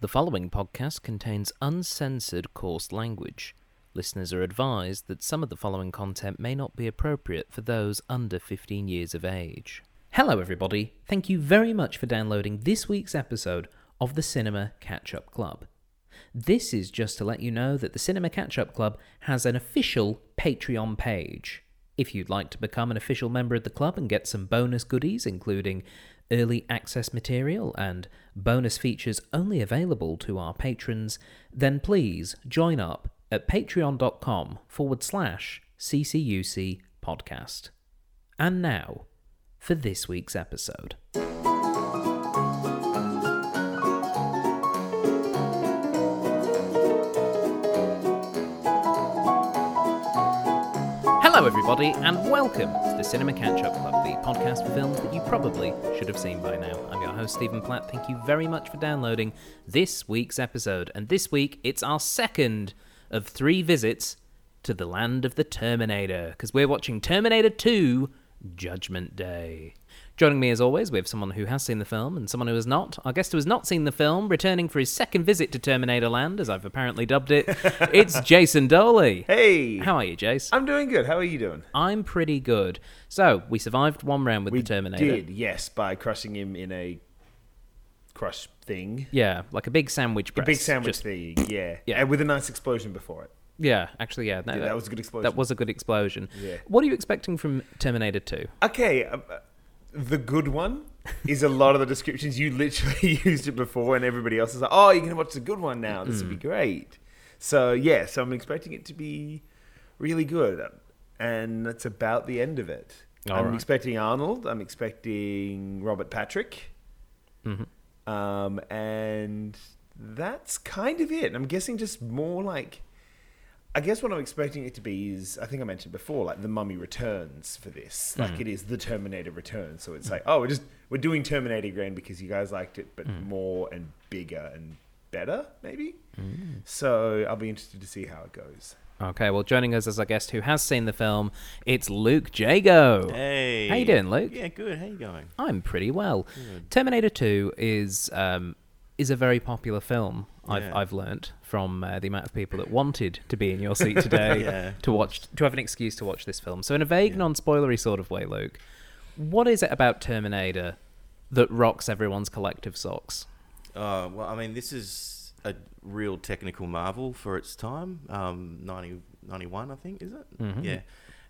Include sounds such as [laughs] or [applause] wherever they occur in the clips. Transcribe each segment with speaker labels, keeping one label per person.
Speaker 1: The following podcast contains uncensored coarse language. Listeners are advised that some of the following content may not be appropriate for those under 15 years of age. Hello, everybody. Thank you very much for downloading this week's episode of the Cinema Catch Up Club. This is just to let you know that the Cinema Catch Up Club has an official Patreon page. If you'd like to become an official member of the club and get some bonus goodies, including early access material and bonus features only available to our patrons, then please join up at patreon.com forward slash CCUC podcast. And now for this week's episode. Hello, everybody, and welcome to the Cinema Catch Up Club, the podcast for films that you probably should have seen by now. I'm your host, Stephen Platt. Thank you very much for downloading this week's episode. And this week, it's our second of three visits to the land of the Terminator, because we're watching Terminator 2 Judgment Day. Joining me, as always, we have someone who has seen the film and someone who has not. Our guest who has not seen the film, returning for his second visit to Terminator Land, as I've apparently dubbed it, it's Jason Doley.
Speaker 2: Hey,
Speaker 1: How are you, Jace?
Speaker 2: I'm doing good. How are you doing?
Speaker 1: I'm pretty good. So we survived one round with
Speaker 2: We
Speaker 1: the Terminator.
Speaker 2: did, yes, by crushing him in a crush thing,
Speaker 1: Yeah, like a big sandwich press.
Speaker 2: big sandwich
Speaker 1: Just-
Speaker 2: thing, yeah,
Speaker 1: Yeah.
Speaker 2: and with a nice explosion before it.
Speaker 1: yeah, actually, yeah. No,
Speaker 2: Yeah, that was a good explosion.
Speaker 1: That was a good explosion.
Speaker 2: Yeah.
Speaker 1: What are you expecting from Terminator 2?
Speaker 2: [laughs] Okay, uh, uh, the good one is a lot of the descriptions you literally [laughs] used it before, and everybody else is like, "Oh, you're gonna watch the good one now. This
Speaker 1: Mm.
Speaker 2: would be great." So yeah, so I'm expecting it to be really good, and that's about the end of it.
Speaker 1: All
Speaker 2: I'm
Speaker 1: right.
Speaker 2: expecting Arnold. I'm expecting Robert Patrick.
Speaker 1: Mm-hmm.
Speaker 2: Um, and that's kind of it. I'm guessing just more like, I guess what I'm expecting it to be is, I think I mentioned before, like the Mummy returns for this. Like it is the Terminator returns. So it's like, oh, we're just we're doing Terminator again because you guys liked it, but more and bigger and better, maybe. So I'll be interested to see how it goes.
Speaker 1: Okay, well, joining us as our guest who has seen the film, it's Luke Jago.
Speaker 3: Hey.
Speaker 1: How you doing, Luke?
Speaker 3: Yeah, good. How you going?
Speaker 1: I'm pretty well. Terminator 2 is um, is a very popular film. I've
Speaker 3: Yeah.
Speaker 1: I've learnt from uh, the amount of people that wanted to be in your seat today
Speaker 3: [laughs] Yeah.
Speaker 1: to watch to have an excuse to watch this film. So in a vague, non-spoilery sort of way, Luke, what is it about Terminator that rocks everyone's collective socks?
Speaker 3: Uh, well, I mean, this is a real technical marvel for its time. Um, 90, 91, I think, is it?
Speaker 1: Mm-hmm.
Speaker 3: Yeah.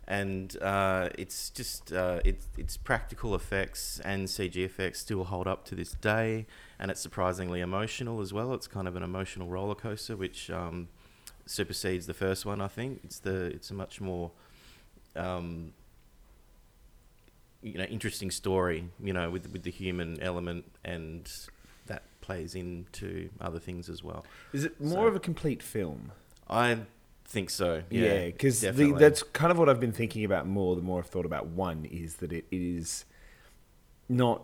Speaker 3: And uh, it's just uh, it's its practical effects and CG effects still hold up to this day, and it's surprisingly emotional as well. It's kind of an emotional roller coaster, which um, supersedes the first one. I think it's the it's a much more um, you know interesting story you know with with the human element and that plays into other things as well
Speaker 2: Is it more
Speaker 3: So-
Speaker 2: of a complete film?
Speaker 3: i think so
Speaker 2: Yeah,
Speaker 3: yeah
Speaker 2: because
Speaker 3: definitely.
Speaker 2: that's kind of what I've been thinking about more. The more I've thought about one is that it is not.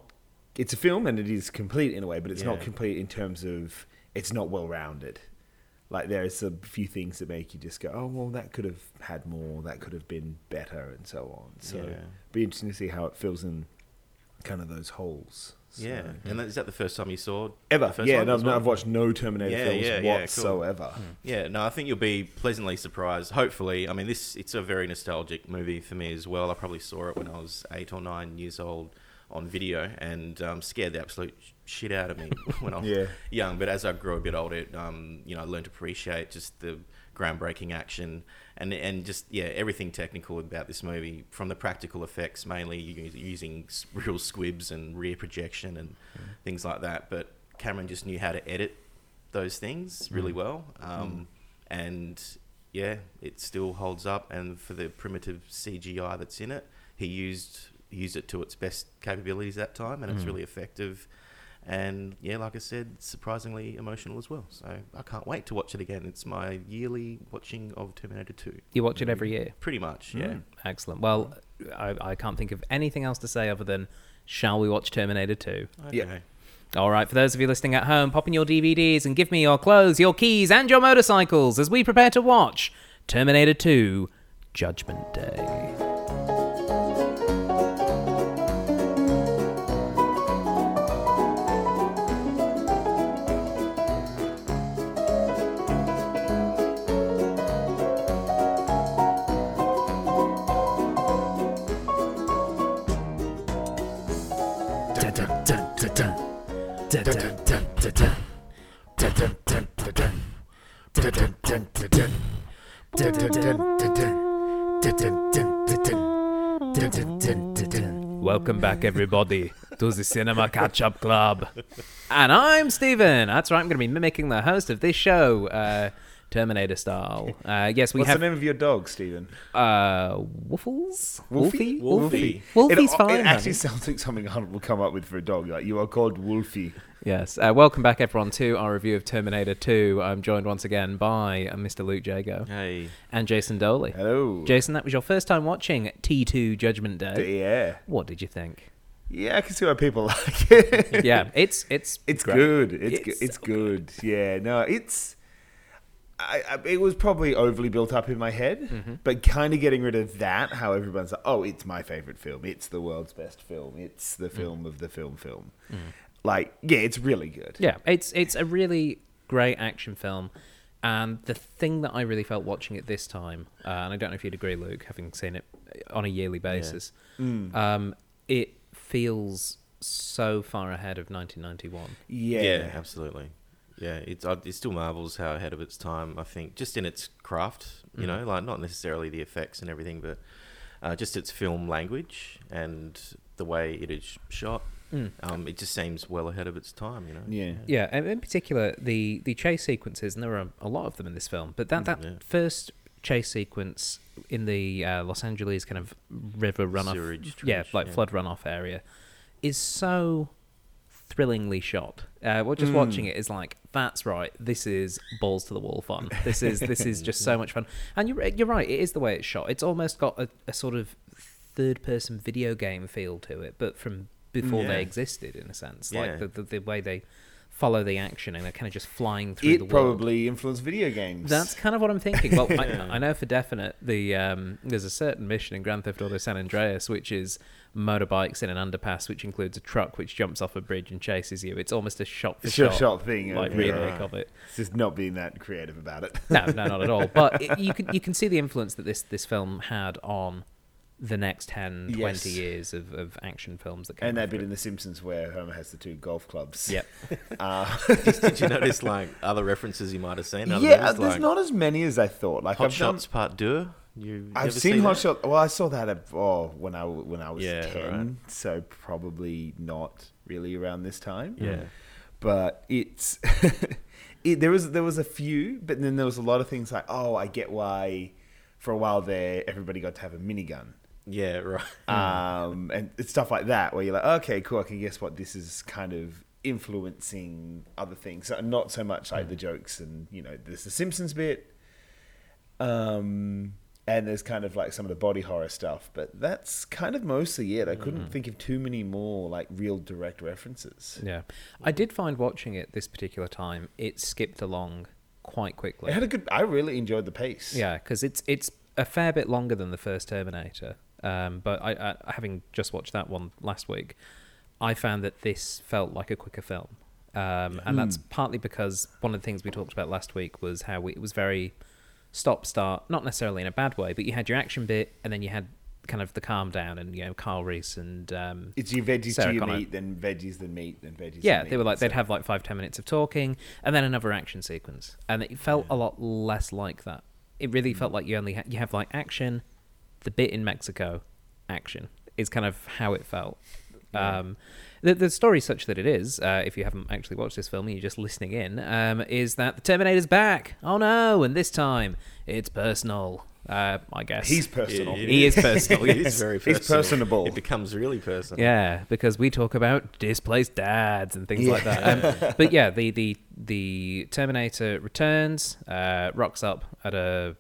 Speaker 2: It's a film and it is complete in a way, but it's not
Speaker 3: Yeah.
Speaker 2: complete in terms of it's not well rounded. Like there is a few things that make you just go, oh well, that could have had more, that could have been better, and so on. So
Speaker 3: Yeah.
Speaker 2: be interesting to see how it fills in kind of those holes. So-
Speaker 3: yeah and that, is that the first time you saw
Speaker 2: Ever,
Speaker 3: the first
Speaker 2: yeah.
Speaker 3: one
Speaker 2: No,
Speaker 3: as well?
Speaker 2: I've watched no Terminator
Speaker 3: Yeah,
Speaker 2: films
Speaker 3: yeah, yeah, cool. Hmm.
Speaker 2: whatsoever.
Speaker 3: Yeah, no, I think you'll be pleasantly surprised. Hopefully, I mean, this it's a very nostalgic movie for me as well. I probably saw it when I was eight or nine years old on video and um, scared the absolute sh- shit out of me [laughs] when I was
Speaker 2: Yeah.
Speaker 3: young. But as I grew a bit older, it, um, you know, I learned to appreciate just the groundbreaking action and and just yeah everything technical about this movie from the practical effects mainly u- using s- real squibs and rear projection and things like that. But Cameron just knew how to edit those things really well. Um, And yeah, it still holds up. And for the primitive CGI that's in it, he used used it to its best capabilities that time, and it's really effective. And yeah, like I said, surprisingly emotional as well. So I can't wait to watch it again. It's my yearly watching of Terminator Two,
Speaker 1: You watch it
Speaker 3: Mm.
Speaker 1: every year.
Speaker 3: pretty much. Yeah.
Speaker 1: Excellent. Well, I, I can't think of anything else to say other than shall we watch Terminator 2?
Speaker 3: Okay.
Speaker 2: Yeah.
Speaker 1: All right, for those of you listening at home, pop in your DVDs and give me your clothes, your keys, and your motorcycles as we prepare to watch Terminator 2 Judgment Day. Welcome back, everybody, to the Cinema Catch Up Club. And I'm Steven. That's right, I'm going to be mimicking the host of this show, uh, Terminator style. Uh, yes, we
Speaker 2: What's
Speaker 1: have
Speaker 2: the name of your dog, Stephen?
Speaker 1: uh, Woofles? Wolfie?
Speaker 2: Wolfie.
Speaker 1: Wolfie's
Speaker 2: it,
Speaker 1: fine.
Speaker 2: It
Speaker 1: honey.
Speaker 2: actually sounds like something Hunt will come up with for a dog. Like you are called Wolfie.
Speaker 1: Yes. Uh, welcome back, everyone, to our review of Terminator 2. I'm joined once again by uh, Mr. Luke Jago
Speaker 3: Hey.
Speaker 1: and Jason Doley.
Speaker 2: Hello.
Speaker 1: Jason, that was your first time watching T2 Judgment Day.
Speaker 2: Yeah.
Speaker 1: What did you
Speaker 2: [laughs]
Speaker 1: think?
Speaker 2: Yeah, I can see why people [laughs] like it.
Speaker 1: yeah, it's it's
Speaker 2: It's
Speaker 1: great.
Speaker 2: good. It's
Speaker 1: It's
Speaker 2: it's, it's good. Yeah. No, it's. I, I, it was probably overly built up in my head,
Speaker 1: Mm-hmm.
Speaker 2: but kind of getting rid of that. How everyone's like, "Oh, it's my favorite film. It's the world's best film. It's the
Speaker 1: Mm.
Speaker 2: film of the film film." Like, yeah, it's really good.
Speaker 1: Yeah, it's it's a really great action film, and the thing that I really felt watching it this time, uh, and I don't know if you'd agree, Luke, having seen it on a yearly basis,
Speaker 2: Mm.
Speaker 1: um, it feels so far ahead of 1991.
Speaker 2: Yeah.
Speaker 3: Yeah. absolutely. Yeah, it's uh, it still marvels how ahead of its time. I think just in its craft,
Speaker 2: Mm-hmm.
Speaker 3: you know, like not necessarily the effects and everything, but uh, just its film language and the way it is shot. Um, it just seems well ahead of its time, you know.
Speaker 2: Mm. Yeah.
Speaker 1: Yeah, and in particular the the chase sequences, and there are a lot of them in this film. But that that
Speaker 3: Mm, yeah.
Speaker 1: first chase sequence in the uh, Los Angeles kind of river runoff,
Speaker 3: Sewerage
Speaker 1: yeah,
Speaker 3: trench,
Speaker 1: like
Speaker 3: yeah.
Speaker 1: flood runoff area, is so thrillingly shot. Uh, well,
Speaker 3: Mm.
Speaker 1: just watching it is like that's right. This is balls to the wall fun. This is this is just
Speaker 3: [laughs]
Speaker 1: so much fun. And you're you're right. It is the way it's shot. It's almost got a, a sort of third person video game feel to it, but from before
Speaker 3: Yeah.
Speaker 1: they existed in a sense,
Speaker 3: Yeah.
Speaker 1: like the, the the way they follow the action and they're kind of just flying through the
Speaker 2: It
Speaker 1: world.
Speaker 2: probably influenced video games.
Speaker 1: That's kind of what I'm thinking. Well,
Speaker 2: [laughs]
Speaker 1: I, I know for definite the um, there's a certain mission in Grand Theft Auto San Andreas which is motorbikes in an underpass, which includes a truck which jumps off a bridge and chases you. It's almost a shot for
Speaker 2: It's your shot thing,
Speaker 1: like
Speaker 2: yeah.
Speaker 1: remake of it.
Speaker 2: It's just not being that creative about it. [laughs]
Speaker 1: No, no, not at all. But it, you can you can see the influence that this this film had on the next 10, 20
Speaker 2: Yes.
Speaker 1: years of, of action films that came.
Speaker 2: and that
Speaker 1: after
Speaker 2: bit
Speaker 1: it.
Speaker 2: in The Simpsons where Homer has the two golf clubs. [laughs]
Speaker 1: Yep.
Speaker 2: Uh,
Speaker 3: [laughs] Did you notice like other references you might have seen? Other
Speaker 2: yeah,
Speaker 3: movies,
Speaker 2: there's
Speaker 3: like
Speaker 2: not as many as I thought. Like
Speaker 3: Hot
Speaker 2: I've done-
Speaker 3: Shots Part Deux. You
Speaker 2: I've
Speaker 3: ever
Speaker 2: seen
Speaker 3: see
Speaker 2: Hot
Speaker 3: that?
Speaker 2: Shot. Well, I saw that at, oh, when I when I was
Speaker 3: Yeah,
Speaker 2: ten, so probably not really around this time.
Speaker 3: Yeah.
Speaker 2: but it's [laughs] it, there was there was a few, but then there was a lot of things like oh, I get why for a while there everybody got to have a minigun.
Speaker 3: Yeah, right.
Speaker 1: Hmm.
Speaker 2: Um, and it's stuff like that where you're like, okay, cool, I can guess what this is kind of influencing other things. So Not so much like the
Speaker 1: Hmm.
Speaker 2: jokes and, you know, there's the Simpsons bit. Um, and there's kind of like some of the body horror stuff, but that's kind of mostly it. I couldn't think of too many more like real direct references.
Speaker 1: Hmm. Yeah, I did find watching it this particular time it skipped along quite
Speaker 2: It
Speaker 1: quickly.
Speaker 2: had a good, I really enjoyed the pace.
Speaker 1: Yeah, because it's it's a fair bit longer than the first Terminator. Um, but I, I having just watched that one last week, I found that this felt like a quicker film, um, and that's partly because one of the things we talked about last week was how we, it was very stop start, not necessarily in a bad way, but you had your action bit and then you had kind of the calm down and you know Carl Reese and um,
Speaker 2: It's your veggies
Speaker 1: Sarah
Speaker 2: to your
Speaker 1: Connor.
Speaker 2: meat, then veggies, then meat, then veggies.
Speaker 1: yeah,
Speaker 2: then
Speaker 1: they were
Speaker 2: meat.
Speaker 1: like they'd
Speaker 2: So-
Speaker 1: have like five ten minutes of talking and then another action sequence, and it felt a lot less like that. It really
Speaker 2: Mm.
Speaker 1: felt like you only ha- you have like action, the bit in Mexico, action is kind of how it felt. Um, the the story, such that it is, uh, if you haven't actually watched this film and you're just listening in, um, is that the Terminator's back. Oh no! And this time it's personal. Uh, I guess
Speaker 2: He's personal.
Speaker 3: Yeah,
Speaker 1: He is personal,
Speaker 3: It
Speaker 1: yes.
Speaker 3: is [laughs] very
Speaker 2: He's
Speaker 3: personal.
Speaker 2: personable.
Speaker 3: It becomes really personal.
Speaker 1: Yeah, because we talk about displaced dads and things like that. Um, but yeah, the the the Terminator returns, uh, rocks up at a.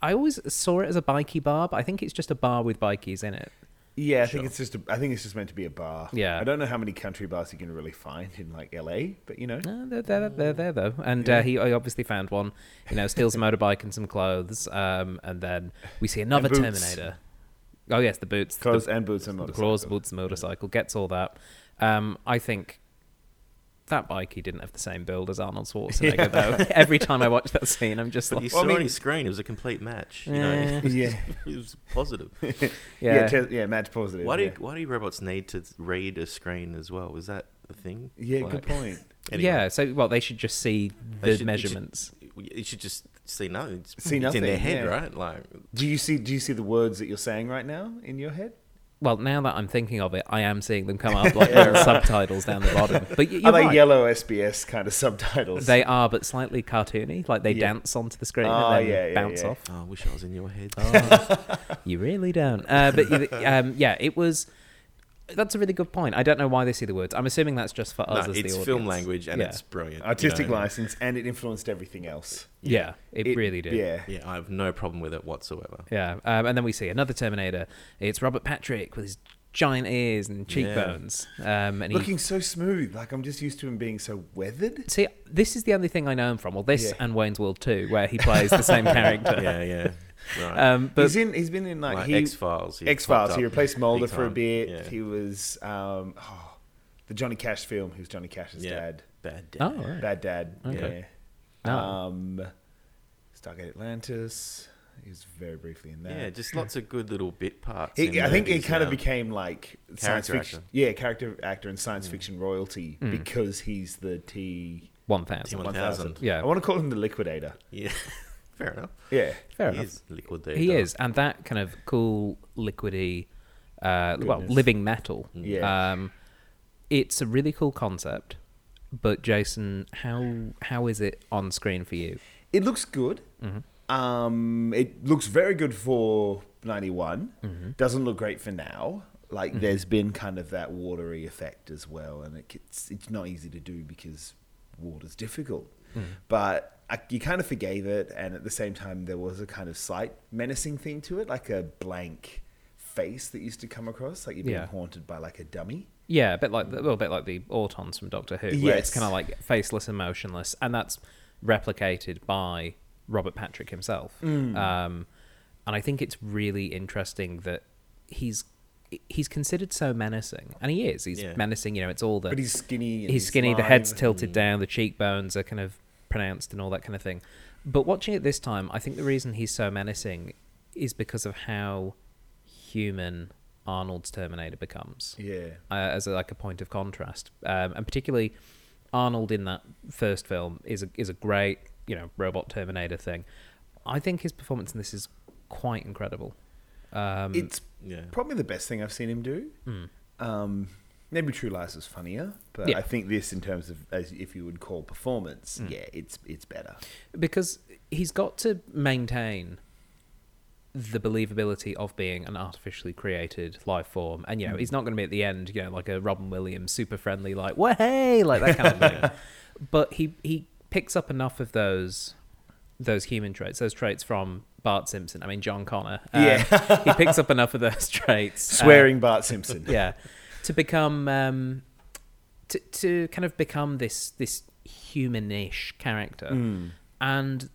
Speaker 1: I always saw it as a bikie bar, but I think it's just a bar with bikies in it.
Speaker 2: Yeah, I think it's just. A, I think it's just meant to be a bar.
Speaker 1: Yeah.
Speaker 2: I don't know how many country bars you can really find in like LA, but you know,
Speaker 1: No, they're, they're, they're there though, and uh, he, he obviously found one. You know, steals a motorbike and some clothes, um, and then we see another
Speaker 2: boots.
Speaker 1: Terminator. Oh yes, the boots, the
Speaker 2: clothes and boots and
Speaker 1: the claws,
Speaker 2: motorcycle.
Speaker 1: boots, motorcycle, gets all that. Um, I think that bike, he didn't have the same build as Arnold Schwarzenegger,
Speaker 3: [laughs]
Speaker 1: though. Every time I watch that scene, I'm just
Speaker 3: But you
Speaker 1: like,
Speaker 3: saw
Speaker 2: Well, I
Speaker 3: on
Speaker 2: mean-
Speaker 3: his screen, it was a complete match. You
Speaker 1: Yeah.
Speaker 3: know, [laughs] it was,
Speaker 2: Yeah.
Speaker 3: it was
Speaker 2: [laughs]
Speaker 3: positive.
Speaker 2: Yeah, yeah,
Speaker 1: yeah,
Speaker 2: te- yeah match positive.
Speaker 3: Why do
Speaker 2: yeah.
Speaker 3: why do robots need to read a screen as well? Is that a thing?
Speaker 2: Yeah,
Speaker 3: Like,
Speaker 2: good point.
Speaker 3: anyway,
Speaker 1: yeah. So, well, they should just see
Speaker 3: They
Speaker 1: the
Speaker 3: should- they should-
Speaker 1: measurements.
Speaker 3: You should just see no. It's,
Speaker 2: See
Speaker 3: it's
Speaker 2: nothing,
Speaker 3: in their head,
Speaker 2: yeah.
Speaker 3: right? Like
Speaker 2: Do you see? Do you see the words that you're saying right now in your head?
Speaker 1: Well, now that I'm thinking of it, I am seeing them come
Speaker 3: [laughs]
Speaker 1: up like little subtitles down the bottom. But y- you're
Speaker 2: Are they
Speaker 1: right.
Speaker 2: yellow SBS kind of [laughs] subtitles?
Speaker 1: They are, but slightly cartoony. Like they
Speaker 2: Yeah.
Speaker 1: dance onto the screen
Speaker 2: Oh,
Speaker 1: and then
Speaker 2: yeah, yeah,
Speaker 1: bounce
Speaker 2: yeah.
Speaker 1: off.
Speaker 3: oh, I wish I was in your head.
Speaker 1: Oh,
Speaker 3: [laughs]
Speaker 1: You really don't. Uh, but you- um, yeah, it was. That's a really good point. I don't know why they see the words. I'm assuming that's just for
Speaker 3: No,
Speaker 1: us as the
Speaker 3: it's
Speaker 1: audience.
Speaker 3: film language and
Speaker 1: Yeah.
Speaker 3: it's brilliant. you
Speaker 2: artistic
Speaker 3: know.
Speaker 2: license, and it influenced everything else.
Speaker 1: Yeah, it, really did.
Speaker 2: Yeah,
Speaker 3: Yeah, I have no problem with it whatsoever.
Speaker 1: Yeah, um, and then we see another Terminator. It's Robert Patrick with his giant ears and cheekbones. Um, and he
Speaker 2: looking so smooth. Like I'm just used to him being so weathered.
Speaker 1: see, this is the only thing I know him from. Well, this
Speaker 2: Yeah.
Speaker 1: and Wayne's World 2, where he plays the same character.
Speaker 3: [laughs] yeah, yeah. Right.
Speaker 1: Um, but
Speaker 2: he's in. He's been in like,
Speaker 3: like
Speaker 2: he
Speaker 3: X Files.
Speaker 2: X Files. He replaced Mulder for a bit.
Speaker 3: Yeah.
Speaker 2: He was um, oh, the Johnny Cash film. He was Johnny Cash's
Speaker 3: Yeah.
Speaker 2: dad.
Speaker 3: Bad dad.
Speaker 1: oh, right.
Speaker 2: Bad dad.
Speaker 3: Okay.
Speaker 2: Yeah.
Speaker 1: Oh.
Speaker 2: Um, Stargate Atlantis. He was very briefly in that.
Speaker 3: Yeah, just lots of good little bit parts.
Speaker 2: It,
Speaker 3: in
Speaker 2: I think it
Speaker 3: movies
Speaker 2: kind of
Speaker 3: now.
Speaker 2: became like science
Speaker 3: um, Character
Speaker 2: fiction.
Speaker 3: actor. Mm.
Speaker 2: Yeah, character actor and science fiction royalty because he's the T.
Speaker 1: one thousand.
Speaker 3: T-1000. 1000.
Speaker 1: Yeah.
Speaker 2: I want to call him the Liquidator.
Speaker 3: Yeah, [laughs] fair enough.
Speaker 2: Yeah,
Speaker 1: Fair
Speaker 3: he
Speaker 1: enough.
Speaker 3: Is liquidator.
Speaker 1: He is, and that kind of cool, liquidy, uh, well,
Speaker 2: Goodness. Mm.
Speaker 1: living metal.
Speaker 2: Yeah.
Speaker 1: Um, it's a really cool concept, but Jason, how how is it on screen for you?
Speaker 2: it looks good.
Speaker 1: Mm-hmm.
Speaker 2: Um, it looks very good for ninety
Speaker 1: Mm-hmm.
Speaker 2: Doesn't look great for now. Like there's been kind of that watery effect as well, and it gets, it's not easy to do because water's difficult.
Speaker 1: Mm-hmm.
Speaker 2: But I, you kind of forgave it, and at the same time, there was a kind of slight menacing thing to it, like a blank face that used to come across, like you're being
Speaker 1: Yeah.
Speaker 2: haunted by like a dummy.
Speaker 1: Yeah, a bit like a little bit like the Autons from Doctor Who, where it's
Speaker 2: Yes.
Speaker 1: kind of like faceless and motionless, and that's replicated by Robert Patrick himself.
Speaker 2: Mm.
Speaker 1: Um, and I think it's really interesting that he's he's considered so menacing, and he is. He's
Speaker 3: Yeah.
Speaker 1: menacing. You know, it's all the
Speaker 2: But he's skinny. And
Speaker 1: he's skinny, the head's
Speaker 2: lithe.
Speaker 1: tilted down, the cheekbones are kind of pronounced and all that kind of thing. But watching it this time, I think the reason he's so menacing is because of how human Arnold's Terminator becomes
Speaker 2: Yeah.
Speaker 1: uh, as a, like a point of contrast, um, and particularly Arnold in that first film is a, is a great you know robot Terminator thing. I think his performance in this is quite incredible. Um,
Speaker 2: it's
Speaker 3: Yeah.
Speaker 2: probably the best thing I've seen him do. Um, maybe True Lies was funnier, but
Speaker 1: Yeah.
Speaker 2: I think this, in terms of as if you would call performance, yeah, it's it's better.
Speaker 1: because he's got to maintain the believability of being an artificially created life form and you know he's not going to be at the end you know like a robin williams super friendly like well hey like that kind
Speaker 2: [laughs]
Speaker 1: of thing but he he picks up enough of those those human traits those traits from bart simpson i mean john connor Um,
Speaker 2: Yeah.
Speaker 1: he picks up enough of those [laughs] traits uh,
Speaker 2: Swearing [laughs] Bart Simpson.
Speaker 1: yeah to become um to, to kind of become this this humanish character and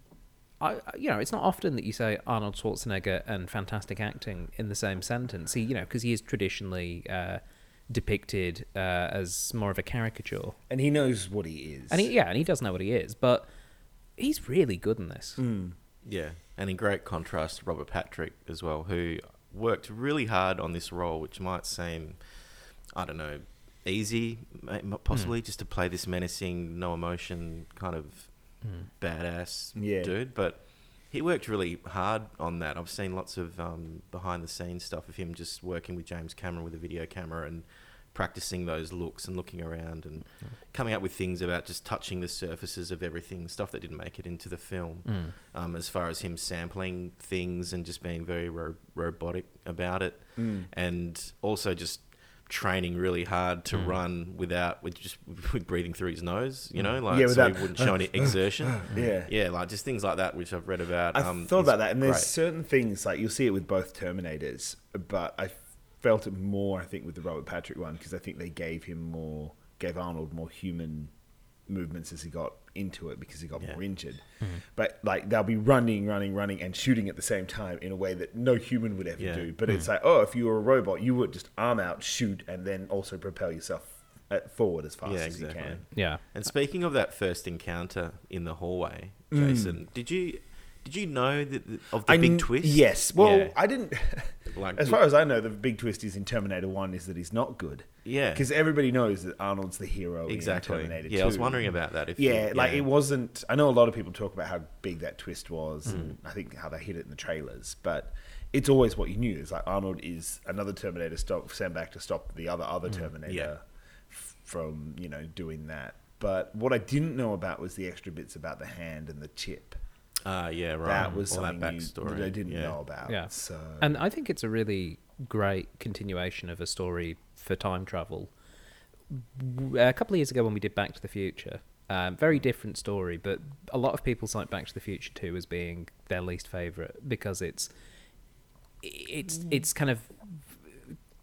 Speaker 1: I, I- you know, it's not often that you say Arnold Schwarzenegger and fantastic acting in the same sentence. He, you know, because he is traditionally uh, depicted uh, as more of a caricature,
Speaker 2: and he knows what he is.
Speaker 1: and he, yeah, and he does know what he is, but he's really good in this.
Speaker 3: Yeah, and in great contrast, Robert Patrick as well, who worked really hard on this role, which might seem, I don't know, easy, ma- m-
Speaker 1: Hmm.
Speaker 3: possibly, just to play this menacing, no emotion kind of
Speaker 1: Hmm.
Speaker 3: badass
Speaker 2: Yeah.
Speaker 3: dude. But he worked really hard on that. I've seen lots of um, behind the scenes stuff of him just working with James Cameron with a video camera and practicing those looks and looking around and coming up with things about just touching the surfaces of everything, stuff that didn't make it into the film.
Speaker 2: Mm.
Speaker 3: Um, as far as him sampling things and just being very ro- robotic about it,
Speaker 2: Mm.
Speaker 3: and also just training really hard
Speaker 2: Mm.
Speaker 3: to run without with just [laughs] with breathing through his nose, you know, like
Speaker 2: Yeah,
Speaker 3: so
Speaker 2: without-
Speaker 3: he wouldn't show any exertion.
Speaker 2: [laughs] Yeah.
Speaker 3: yeah, like just things like that, which I've read about.
Speaker 2: I
Speaker 3: um,
Speaker 2: thought
Speaker 3: is
Speaker 2: about that, and there's
Speaker 3: great.
Speaker 2: certain things like you'll see it with both Terminators, but I felt it more, I think, with the Robert Patrick one because I think they gave him more, gave Arnold more human movements as he got into it because he got
Speaker 3: Yeah. Mm-hmm.
Speaker 2: more injured. But like they'll be running, running, running, and shooting at the same time in a way that no human would ever
Speaker 3: Yeah. Mm.
Speaker 2: do. But it's like, oh, if you were a robot, you would just arm out, shoot, and then also propel yourself uh, forward as fast
Speaker 3: Yeah,
Speaker 2: as
Speaker 3: exactly.
Speaker 2: you can.
Speaker 1: Yeah.
Speaker 3: And speaking of that first encounter in the hallway, Jason, did you did you know that the- of the
Speaker 2: Mm. I
Speaker 3: big
Speaker 2: kn-
Speaker 3: twist?
Speaker 2: Yes. Well,
Speaker 3: Yeah.
Speaker 2: I didn't. [laughs]
Speaker 3: Like-
Speaker 2: as far as I know, the big twist is in Terminator One is that he's not good.
Speaker 3: Yeah.
Speaker 2: Because everybody knows that Arnold's the hero.
Speaker 3: exactly.
Speaker 2: In Terminator
Speaker 3: yeah, I was
Speaker 2: 2.
Speaker 3: wondering about that. If you-
Speaker 2: Yeah, like it wasn't. I know a lot of people talk about how big that twist was, and
Speaker 3: Mm.
Speaker 2: I think how they hit it in the trailers. But it's always what you knew. It's like Arnold is another Terminator stop, sent back to stop the other other Terminator
Speaker 3: Mm. Yeah.
Speaker 2: f- from you know doing that. But what I didn't know about was the extra bits about the hand and the chip.
Speaker 3: Ah, yeah, right.
Speaker 2: That was
Speaker 3: All
Speaker 2: something
Speaker 3: that
Speaker 2: you-
Speaker 3: backstory.
Speaker 2: that I didn't
Speaker 3: yeah.
Speaker 2: know about.
Speaker 1: Yeah.
Speaker 2: So
Speaker 1: And I think it's a really great continuation of a story for time travel. W- A couple of years ago, when we did Back to the Future, um, very different story, but a lot of people cite Back to the Future 2 as being their least favourite because it's it's it's kind of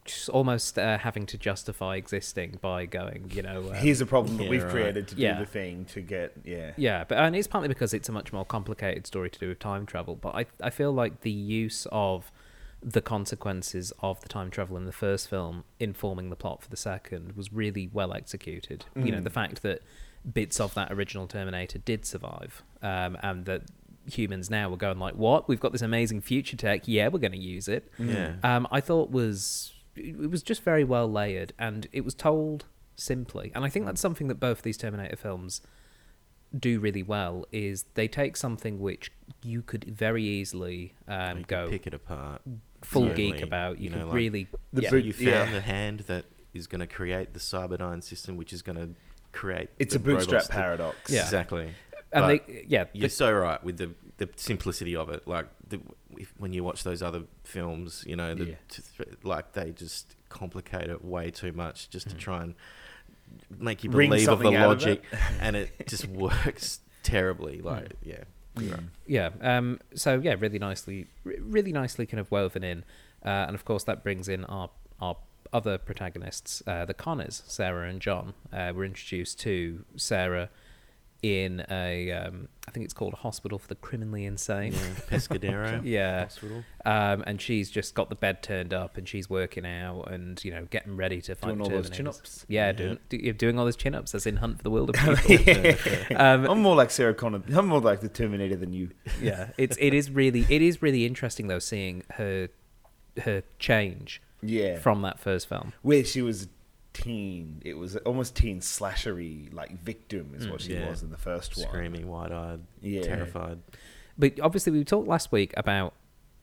Speaker 1: just almost uh, having to justify existing by going, you know. um,
Speaker 2: here's a problem that
Speaker 3: yeah,
Speaker 2: we've
Speaker 3: right.
Speaker 2: created to do
Speaker 1: Yeah.
Speaker 2: the thing to get yeah.
Speaker 1: Yeah, but and it's partly because it's a much more complicated story to do with time travel. But I I feel like the use of the consequences of the time travel in the first film informing the plot for the second was really well executed. You know, the fact that bits of that original Terminator did survive, um, and that humans now were going like, "What? We've got this amazing future tech. Yeah, we're going to use it."
Speaker 3: Yeah.
Speaker 1: um, I thought was it was just very well layered and it was told simply. And I think that's something that both these Terminator films do really well is they take something which you could very easily um,
Speaker 3: You can
Speaker 1: go
Speaker 3: pick it apart.
Speaker 1: full geek
Speaker 3: slowly,
Speaker 1: about. You, can
Speaker 3: know, like,
Speaker 1: really
Speaker 2: The
Speaker 1: yeah.
Speaker 2: boot-
Speaker 3: you found
Speaker 2: Yeah.
Speaker 3: the hand that is going to create the Cyberdyne system, which is going to create.
Speaker 2: It's
Speaker 3: the
Speaker 2: a bootstrap
Speaker 3: robots that-
Speaker 2: paradox.
Speaker 1: Yeah.
Speaker 3: Exactly.
Speaker 1: and
Speaker 3: But-
Speaker 1: they yeah the-
Speaker 3: You're so right with the the simplicity of it. Like the, if, when you watch those other films, you know, the,
Speaker 2: Yeah.
Speaker 3: t- th- like they just complicate it way too much just to try and make you
Speaker 2: Hmm. Wring
Speaker 3: believe of the
Speaker 2: something out of Hmm.
Speaker 3: logic,
Speaker 2: [laughs]
Speaker 3: and it just works terribly. Like yeah,
Speaker 2: Yeah.
Speaker 1: yeah um so yeah really nicely re- really nicely kind of woven in uh, and of course that brings in our our other protagonists uh, the connors sarah and john uh, were introduced to sarah in a um, i think it's called a hospital for the criminally insane
Speaker 3: yeah.
Speaker 2: [laughs]
Speaker 3: Pescadero.
Speaker 1: yeah
Speaker 3: Hospital.
Speaker 1: um, and she's just got the bed turned up and she's working out and you know getting ready to fight
Speaker 2: Doing
Speaker 1: the
Speaker 2: all those
Speaker 1: Terminators.
Speaker 2: chin-ups.
Speaker 1: yeah,
Speaker 3: Yeah.
Speaker 1: Doing, do, you're doing all those chin-ups as in hunt for the wilder people um,
Speaker 2: I'm more like Sarah Connor. I'm more like the Terminator than you.
Speaker 1: yeah it's it is really it is really interesting though seeing her her change
Speaker 2: Yeah.
Speaker 1: from that first film
Speaker 2: where she was teen. It was almost teen slashery, like victim is what she
Speaker 3: yeah.
Speaker 2: was in the first one.
Speaker 3: Screaming, wide-eyed,
Speaker 2: Yeah.
Speaker 3: terrified.
Speaker 1: but obviously we talked last week about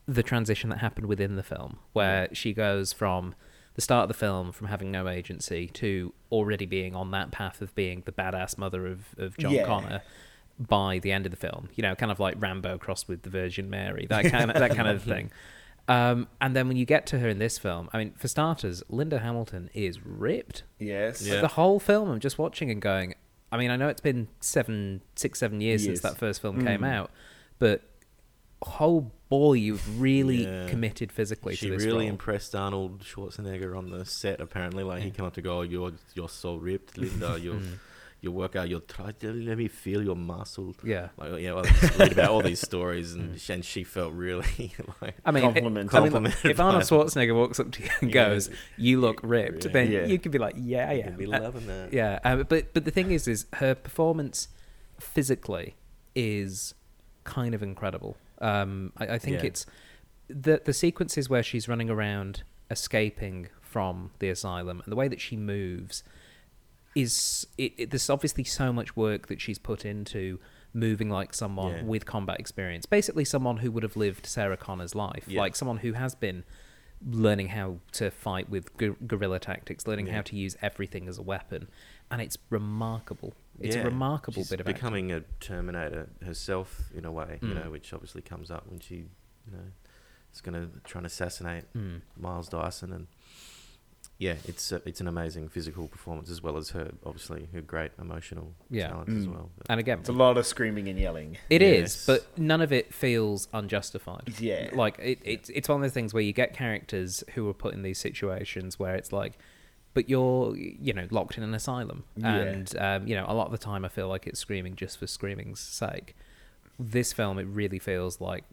Speaker 1: the transition that happened within the film where she goes from the start of the film from having no agency to already being on that path of being the badass mother of, of john
Speaker 2: Yeah.
Speaker 1: connor by the end of the film you know kind of like rambo crossed with the virgin mary that kind of that kind of thing um, and then when you get to her in this film i mean for starters linda hamilton is ripped
Speaker 2: Yes.
Speaker 3: Yeah.
Speaker 1: the whole film i'm just watching and going i mean i know it's been seven six seven years since
Speaker 2: Years.
Speaker 1: that first film came
Speaker 3: Mm.
Speaker 1: out but oh boy you've really
Speaker 3: Yeah.
Speaker 1: committed physically
Speaker 3: She
Speaker 1: to this
Speaker 3: really
Speaker 1: role.
Speaker 3: impressed Arnold Schwarzenegger on the set. Apparently, like he came up to go, oh, "You're you're so
Speaker 1: [laughs]
Speaker 3: ripped, Linda. You're you work out. You're try. Let me feel your muscle."
Speaker 1: Yeah.
Speaker 3: like yeah. Well, I just read about all these
Speaker 1: [laughs]
Speaker 3: stories, and she, and she felt really [laughs] like
Speaker 1: I mean, it-
Speaker 2: Compliment-
Speaker 1: I mean,
Speaker 3: complimented
Speaker 1: if Arnold
Speaker 3: by
Speaker 1: Schwarzenegger walks up to you and goes, "You look ripped,"
Speaker 3: Yeah.
Speaker 1: then
Speaker 2: Yeah.
Speaker 1: you could be like, "Yeah,
Speaker 3: You
Speaker 1: yeah,
Speaker 3: could be
Speaker 1: Uh,
Speaker 3: loving that.
Speaker 1: Yeah, um, but but the thing is, is her performance physically is kind of incredible. Um, I, I think
Speaker 3: Yeah.
Speaker 1: it's the the sequences where she's running around escaping from the asylum and the way that she moves is it, it, there's obviously so much work that she's put into moving like someone
Speaker 3: Yeah.
Speaker 1: with combat experience basically someone who would have lived sarah connor's life
Speaker 3: Yeah.
Speaker 1: like someone who has been learning how to fight with gu- guerrilla tactics learning how
Speaker 3: Yeah.
Speaker 1: to use everything as a weapon and it's remarkable it's
Speaker 3: Yeah.
Speaker 1: a remarkable
Speaker 3: She's
Speaker 1: bit of acting.
Speaker 3: becoming a Terminator herself in a way, you
Speaker 1: Mm.
Speaker 3: know, which obviously comes up when she, you know, is going to try and assassinate
Speaker 1: Mm.
Speaker 3: Miles Dyson, and yeah, it's a, it's an amazing physical performance as well as her obviously her great emotional
Speaker 1: Yeah.
Speaker 3: talent as
Speaker 2: Mm.
Speaker 3: well.
Speaker 1: and again
Speaker 2: It's a lot of screaming and yelling.
Speaker 1: It is,
Speaker 3: Yes.
Speaker 1: but none of it feels unjustified.
Speaker 2: Yeah.
Speaker 1: Like it, it's it's one of those things where you get characters who are put in these situations where it's like, but you're you know locked in an asylum,
Speaker 2: Yeah.
Speaker 1: and um, you know a lot of the time I feel like it's screaming just for screaming's sake. This film, it really feels like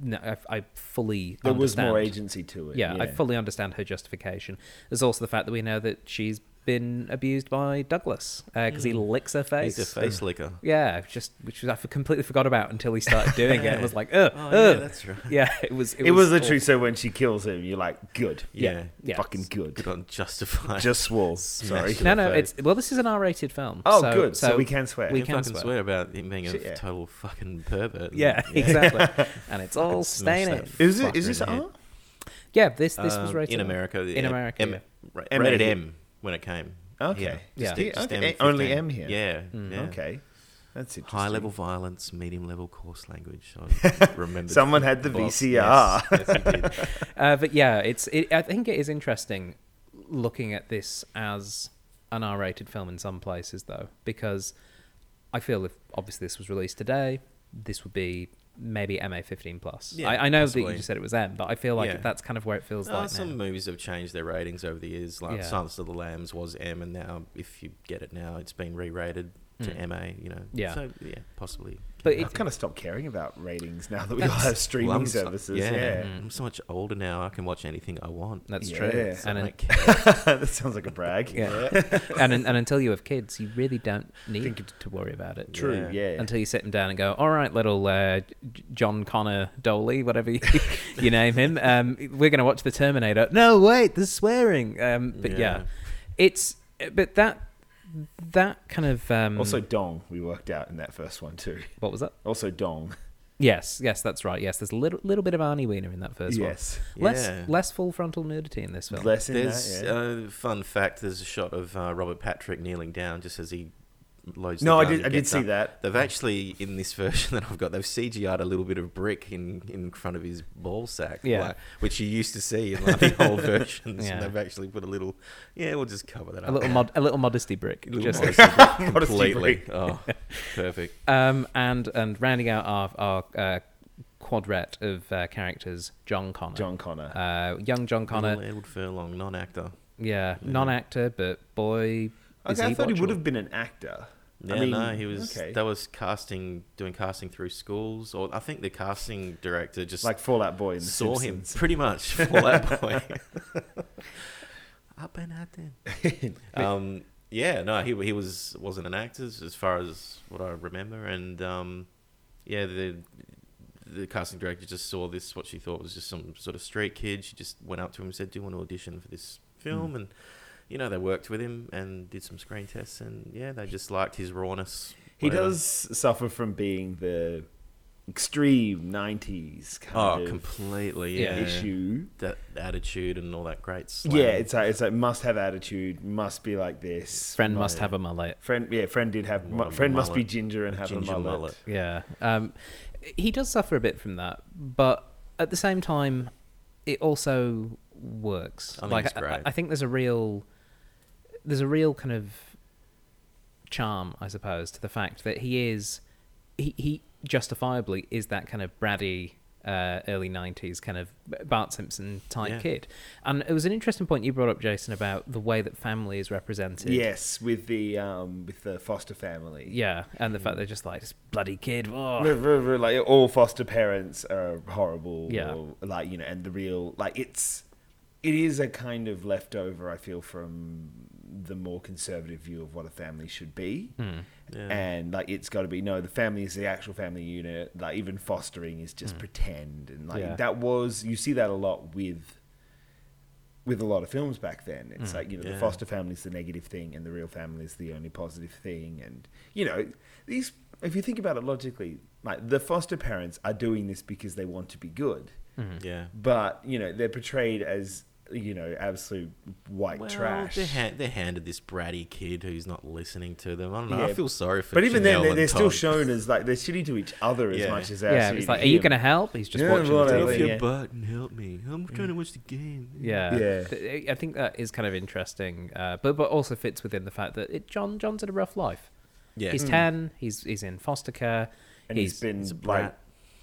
Speaker 1: no, I, I fully
Speaker 2: There was more
Speaker 1: understand.
Speaker 2: agency to it.
Speaker 1: Yeah, I fully understand her justification. There's also the fact that we know that she's been abused by Douglas because
Speaker 3: Hmm.
Speaker 1: he licks her face.
Speaker 3: He's a face licker.
Speaker 1: Yeah, just which I completely forgot about until he started doing it. It
Speaker 3: [laughs]
Speaker 1: was like, oh,
Speaker 3: Oh,
Speaker 1: oh.
Speaker 3: yeah, that's right.
Speaker 1: Yeah, it was. It,
Speaker 2: It was
Speaker 1: awful.
Speaker 2: literally so when she kills him, you're like, good.
Speaker 3: Yeah.
Speaker 1: Yeah.
Speaker 2: Fucking
Speaker 3: Good
Speaker 2: good.
Speaker 3: on Justified.
Speaker 2: Just swore. Sorry.
Speaker 3: Smash
Speaker 1: No,
Speaker 3: the
Speaker 1: no,
Speaker 3: face.
Speaker 1: it's well. This is an R-rated film.
Speaker 2: Oh,
Speaker 1: so,
Speaker 2: good. So we can swear.
Speaker 1: We
Speaker 3: You
Speaker 1: can
Speaker 3: fucking
Speaker 1: swear.
Speaker 3: swear. about him being a
Speaker 2: Shit, yeah.
Speaker 3: total fucking pervert. [laughs]
Speaker 1: Yeah, exactly. and it's all
Speaker 3: smash that
Speaker 1: staining.
Speaker 2: Is it?
Speaker 3: Fucker
Speaker 2: Is this
Speaker 3: in the head.
Speaker 2: R?
Speaker 1: Yeah, this this was
Speaker 3: Um,
Speaker 1: rated
Speaker 3: in
Speaker 1: R.
Speaker 3: America.
Speaker 1: In America,
Speaker 3: M,
Speaker 1: yeah.
Speaker 3: ra-
Speaker 2: M
Speaker 3: rated
Speaker 2: rated.
Speaker 3: M when it came.
Speaker 2: Okay.
Speaker 3: Here.
Speaker 1: Yeah.
Speaker 3: Just- just
Speaker 2: Okay, only
Speaker 3: M15.
Speaker 2: M here.
Speaker 3: Yeah.
Speaker 1: Mm,
Speaker 3: yeah.
Speaker 2: Okay. That's interesting.
Speaker 3: High level violence, medium level coarse language.
Speaker 2: [laughs]
Speaker 3: I remember.
Speaker 2: Someone had the VCR.
Speaker 3: Yes, yes, he did.
Speaker 1: Uh, but yeah, it's. It, I think it is interesting looking at this as an R-rated film in some places, though, because I feel if obviously this was released today, this would be maybe MA15 plus.
Speaker 3: Yeah,
Speaker 1: I, I know that
Speaker 3: possibly.
Speaker 1: you just said it was M, but I feel like
Speaker 3: Yeah.
Speaker 1: that's kind of where it feels
Speaker 3: Oh,
Speaker 1: like
Speaker 3: some
Speaker 1: now.
Speaker 3: movies have changed their ratings over the years. Like
Speaker 1: Yeah.
Speaker 3: Silence of the Lambs was M, and now if you get it now, it's been re-rated to MA. You know.
Speaker 1: Hmm. Yeah.
Speaker 3: So yeah, possibly.
Speaker 1: But
Speaker 2: I've
Speaker 1: it,
Speaker 2: kind of stopped caring about ratings now that we all
Speaker 1: That's-
Speaker 2: have [laughs] streaming
Speaker 3: Well, I'm so-
Speaker 2: services. yeah.
Speaker 3: Mm. I'm so much older now. I can watch anything I want.
Speaker 1: that's
Speaker 2: Yeah.
Speaker 1: true.
Speaker 2: Yeah.
Speaker 1: And,
Speaker 3: I
Speaker 1: un-
Speaker 3: don't [laughs] care.
Speaker 2: [laughs] that sounds like a brag.
Speaker 1: yeah. [laughs] and un- and until you have kids, you really don't need to worry about it.
Speaker 2: True. Yeah.
Speaker 3: Yeah.
Speaker 1: until you sit him down and go, "All right, little uh, J- John Connor Doley, whatever you, [laughs] you name him, um, we're going to watch the Terminator." No, wait, there's swearing. Um, [laughs] but yeah.
Speaker 3: Yeah.
Speaker 1: it's but that that kind of um,
Speaker 2: also, dong. We worked out in that first one too.
Speaker 1: what was that?
Speaker 2: Also, dong.
Speaker 1: Yes, yes, that's right. Yes, there's a little little bit of Arnie Wiener in that first
Speaker 2: Yes.
Speaker 1: one. Less
Speaker 3: Yeah.
Speaker 1: less full frontal nudity in this film.
Speaker 2: Less in
Speaker 3: There's
Speaker 2: that. Yeah.
Speaker 3: uh, fun fact. There's a shot of uh, Robert Patrick kneeling down just as he loads.
Speaker 2: No,
Speaker 3: the
Speaker 2: I
Speaker 3: gun
Speaker 2: did-
Speaker 3: and
Speaker 2: I did
Speaker 3: gets
Speaker 2: see
Speaker 3: up.
Speaker 2: that.
Speaker 3: They've actually in this [laughs] version that I've got, they've CGI'd a little bit of brick in, in front of his ball sack,
Speaker 1: Yeah.
Speaker 3: like, which you used to see in like, the
Speaker 1: [laughs]
Speaker 3: old versions.
Speaker 1: Yeah.
Speaker 3: And they've actually put a little. Yeah, we'll just cover that
Speaker 1: a
Speaker 3: up.
Speaker 1: little
Speaker 3: [laughs]
Speaker 1: mod, a little modesty brick.
Speaker 3: Little
Speaker 1: just- [laughs]
Speaker 3: modesty brick,
Speaker 2: Modesty
Speaker 3: completely.
Speaker 2: brick.
Speaker 3: Oh, perfect.
Speaker 1: um, and and rounding out our our uh, quadret of uh, characters, John Connor,
Speaker 2: John Connor.
Speaker 1: uh, young John Connor,
Speaker 3: Little Edward Furlong, non-actor.
Speaker 1: Yeah, non-actor, but boy, is
Speaker 2: okay, I
Speaker 1: he
Speaker 2: thought he would
Speaker 1: watchable.
Speaker 2: have been an actor.
Speaker 3: Yeah,
Speaker 2: I mean,
Speaker 3: no, he was.
Speaker 2: okay.
Speaker 3: That was casting, doing casting through schools, or I think the casting director just
Speaker 2: like Fallout Boy in the
Speaker 3: saw him
Speaker 2: Simpsons.
Speaker 3: pretty much
Speaker 2: [laughs]
Speaker 3: for that boy. Up and at them. [laughs] um, yeah, no, he he was wasn't an actor as as far as what I remember, and um, yeah, the the casting director just saw this what she thought was just some sort of street kid. She just went up to him and said, "Do you want to audition for this film?"
Speaker 2: Mm.
Speaker 3: And you know, they worked with him and did some screen tests, and yeah, they just liked his rawness.
Speaker 2: He
Speaker 3: whatever.
Speaker 2: does suffer from being the extreme '90s kind
Speaker 3: Oh,
Speaker 2: of
Speaker 3: completely. Yeah.
Speaker 1: Yeah.
Speaker 2: issue.
Speaker 3: That attitude and all that great. Slang.
Speaker 2: Yeah, it's like it's like must have attitude, must be like this.
Speaker 1: friend must have a mullet.
Speaker 2: Friend, yeah, friend did have.
Speaker 3: What a
Speaker 2: friend must be
Speaker 3: mullet.
Speaker 2: ginger and have
Speaker 3: Ginger
Speaker 2: a mullet.
Speaker 3: mullet.
Speaker 1: Yeah, um, he does suffer a bit from that, but at the same time, it also works.
Speaker 3: I think
Speaker 1: like
Speaker 3: it's
Speaker 1: I,
Speaker 3: great.
Speaker 1: I think there's a real, there's a real kind of charm, I suppose, to the fact that he is, he, he justifiably is that kind of bratty. Uh, early 90s kind of Bart Simpson type
Speaker 3: Yeah.
Speaker 1: kid. And it was an interesting point you brought up, Jason, about the way that family is represented.
Speaker 2: Yes, with the um, with the foster family.
Speaker 1: Yeah, and the fact they're just like this bloody kid.
Speaker 2: Re-
Speaker 1: Oh.
Speaker 2: re- re- Like all foster parents are horrible.
Speaker 1: Yeah.
Speaker 2: or, like you know, and the real like it's it is a kind of leftover. I feel from the more conservative view of what a family should be,
Speaker 1: Hmm.
Speaker 3: Yeah.
Speaker 2: and like it's got to be no. The family is the actual family unit. Like even fostering is
Speaker 3: Mm.
Speaker 2: just pretend, and like
Speaker 1: Yeah.
Speaker 2: that was you see that a lot with with a lot of films back then. It's like, you know, the
Speaker 3: Mm. Yeah.
Speaker 2: foster family's the negative thing and the real family's the only positive thing. And, you know, these, if you think about it logically, like the foster parents are doing this because they want to be good.
Speaker 3: Yeah.
Speaker 2: But, you know, they're portrayed as, you know, absolute white
Speaker 3: Well,
Speaker 2: trash.
Speaker 3: They're, ha- they're handed this bratty kid who's not listening to them. I don't know.
Speaker 2: Yeah.
Speaker 3: I feel sorry for.
Speaker 2: but even then,
Speaker 3: Janelle
Speaker 2: they're,
Speaker 3: and
Speaker 2: they're still
Speaker 3: Todd.
Speaker 2: shown as like they're shitty to each other as
Speaker 3: Yeah.
Speaker 2: much as they
Speaker 1: Yeah,
Speaker 2: shitty
Speaker 1: it's like,
Speaker 2: to
Speaker 1: are you
Speaker 2: him.
Speaker 1: going to help? He's just
Speaker 2: Yeah,
Speaker 1: watching
Speaker 2: well,
Speaker 1: the
Speaker 3: Get
Speaker 1: TV.
Speaker 2: I-
Speaker 3: off your
Speaker 2: Yeah.
Speaker 3: butt and help me. I'm trying to watch the game.
Speaker 1: Yeah.
Speaker 2: Yeah.
Speaker 1: Th- I think that is kind of interesting, uh, but but also fits within the fact that it, John John's had a rough life.
Speaker 3: Yeah.
Speaker 1: He's ten. He's he's in foster care.
Speaker 2: Hmm. And he's been
Speaker 3: he's a
Speaker 2: like
Speaker 3: brat.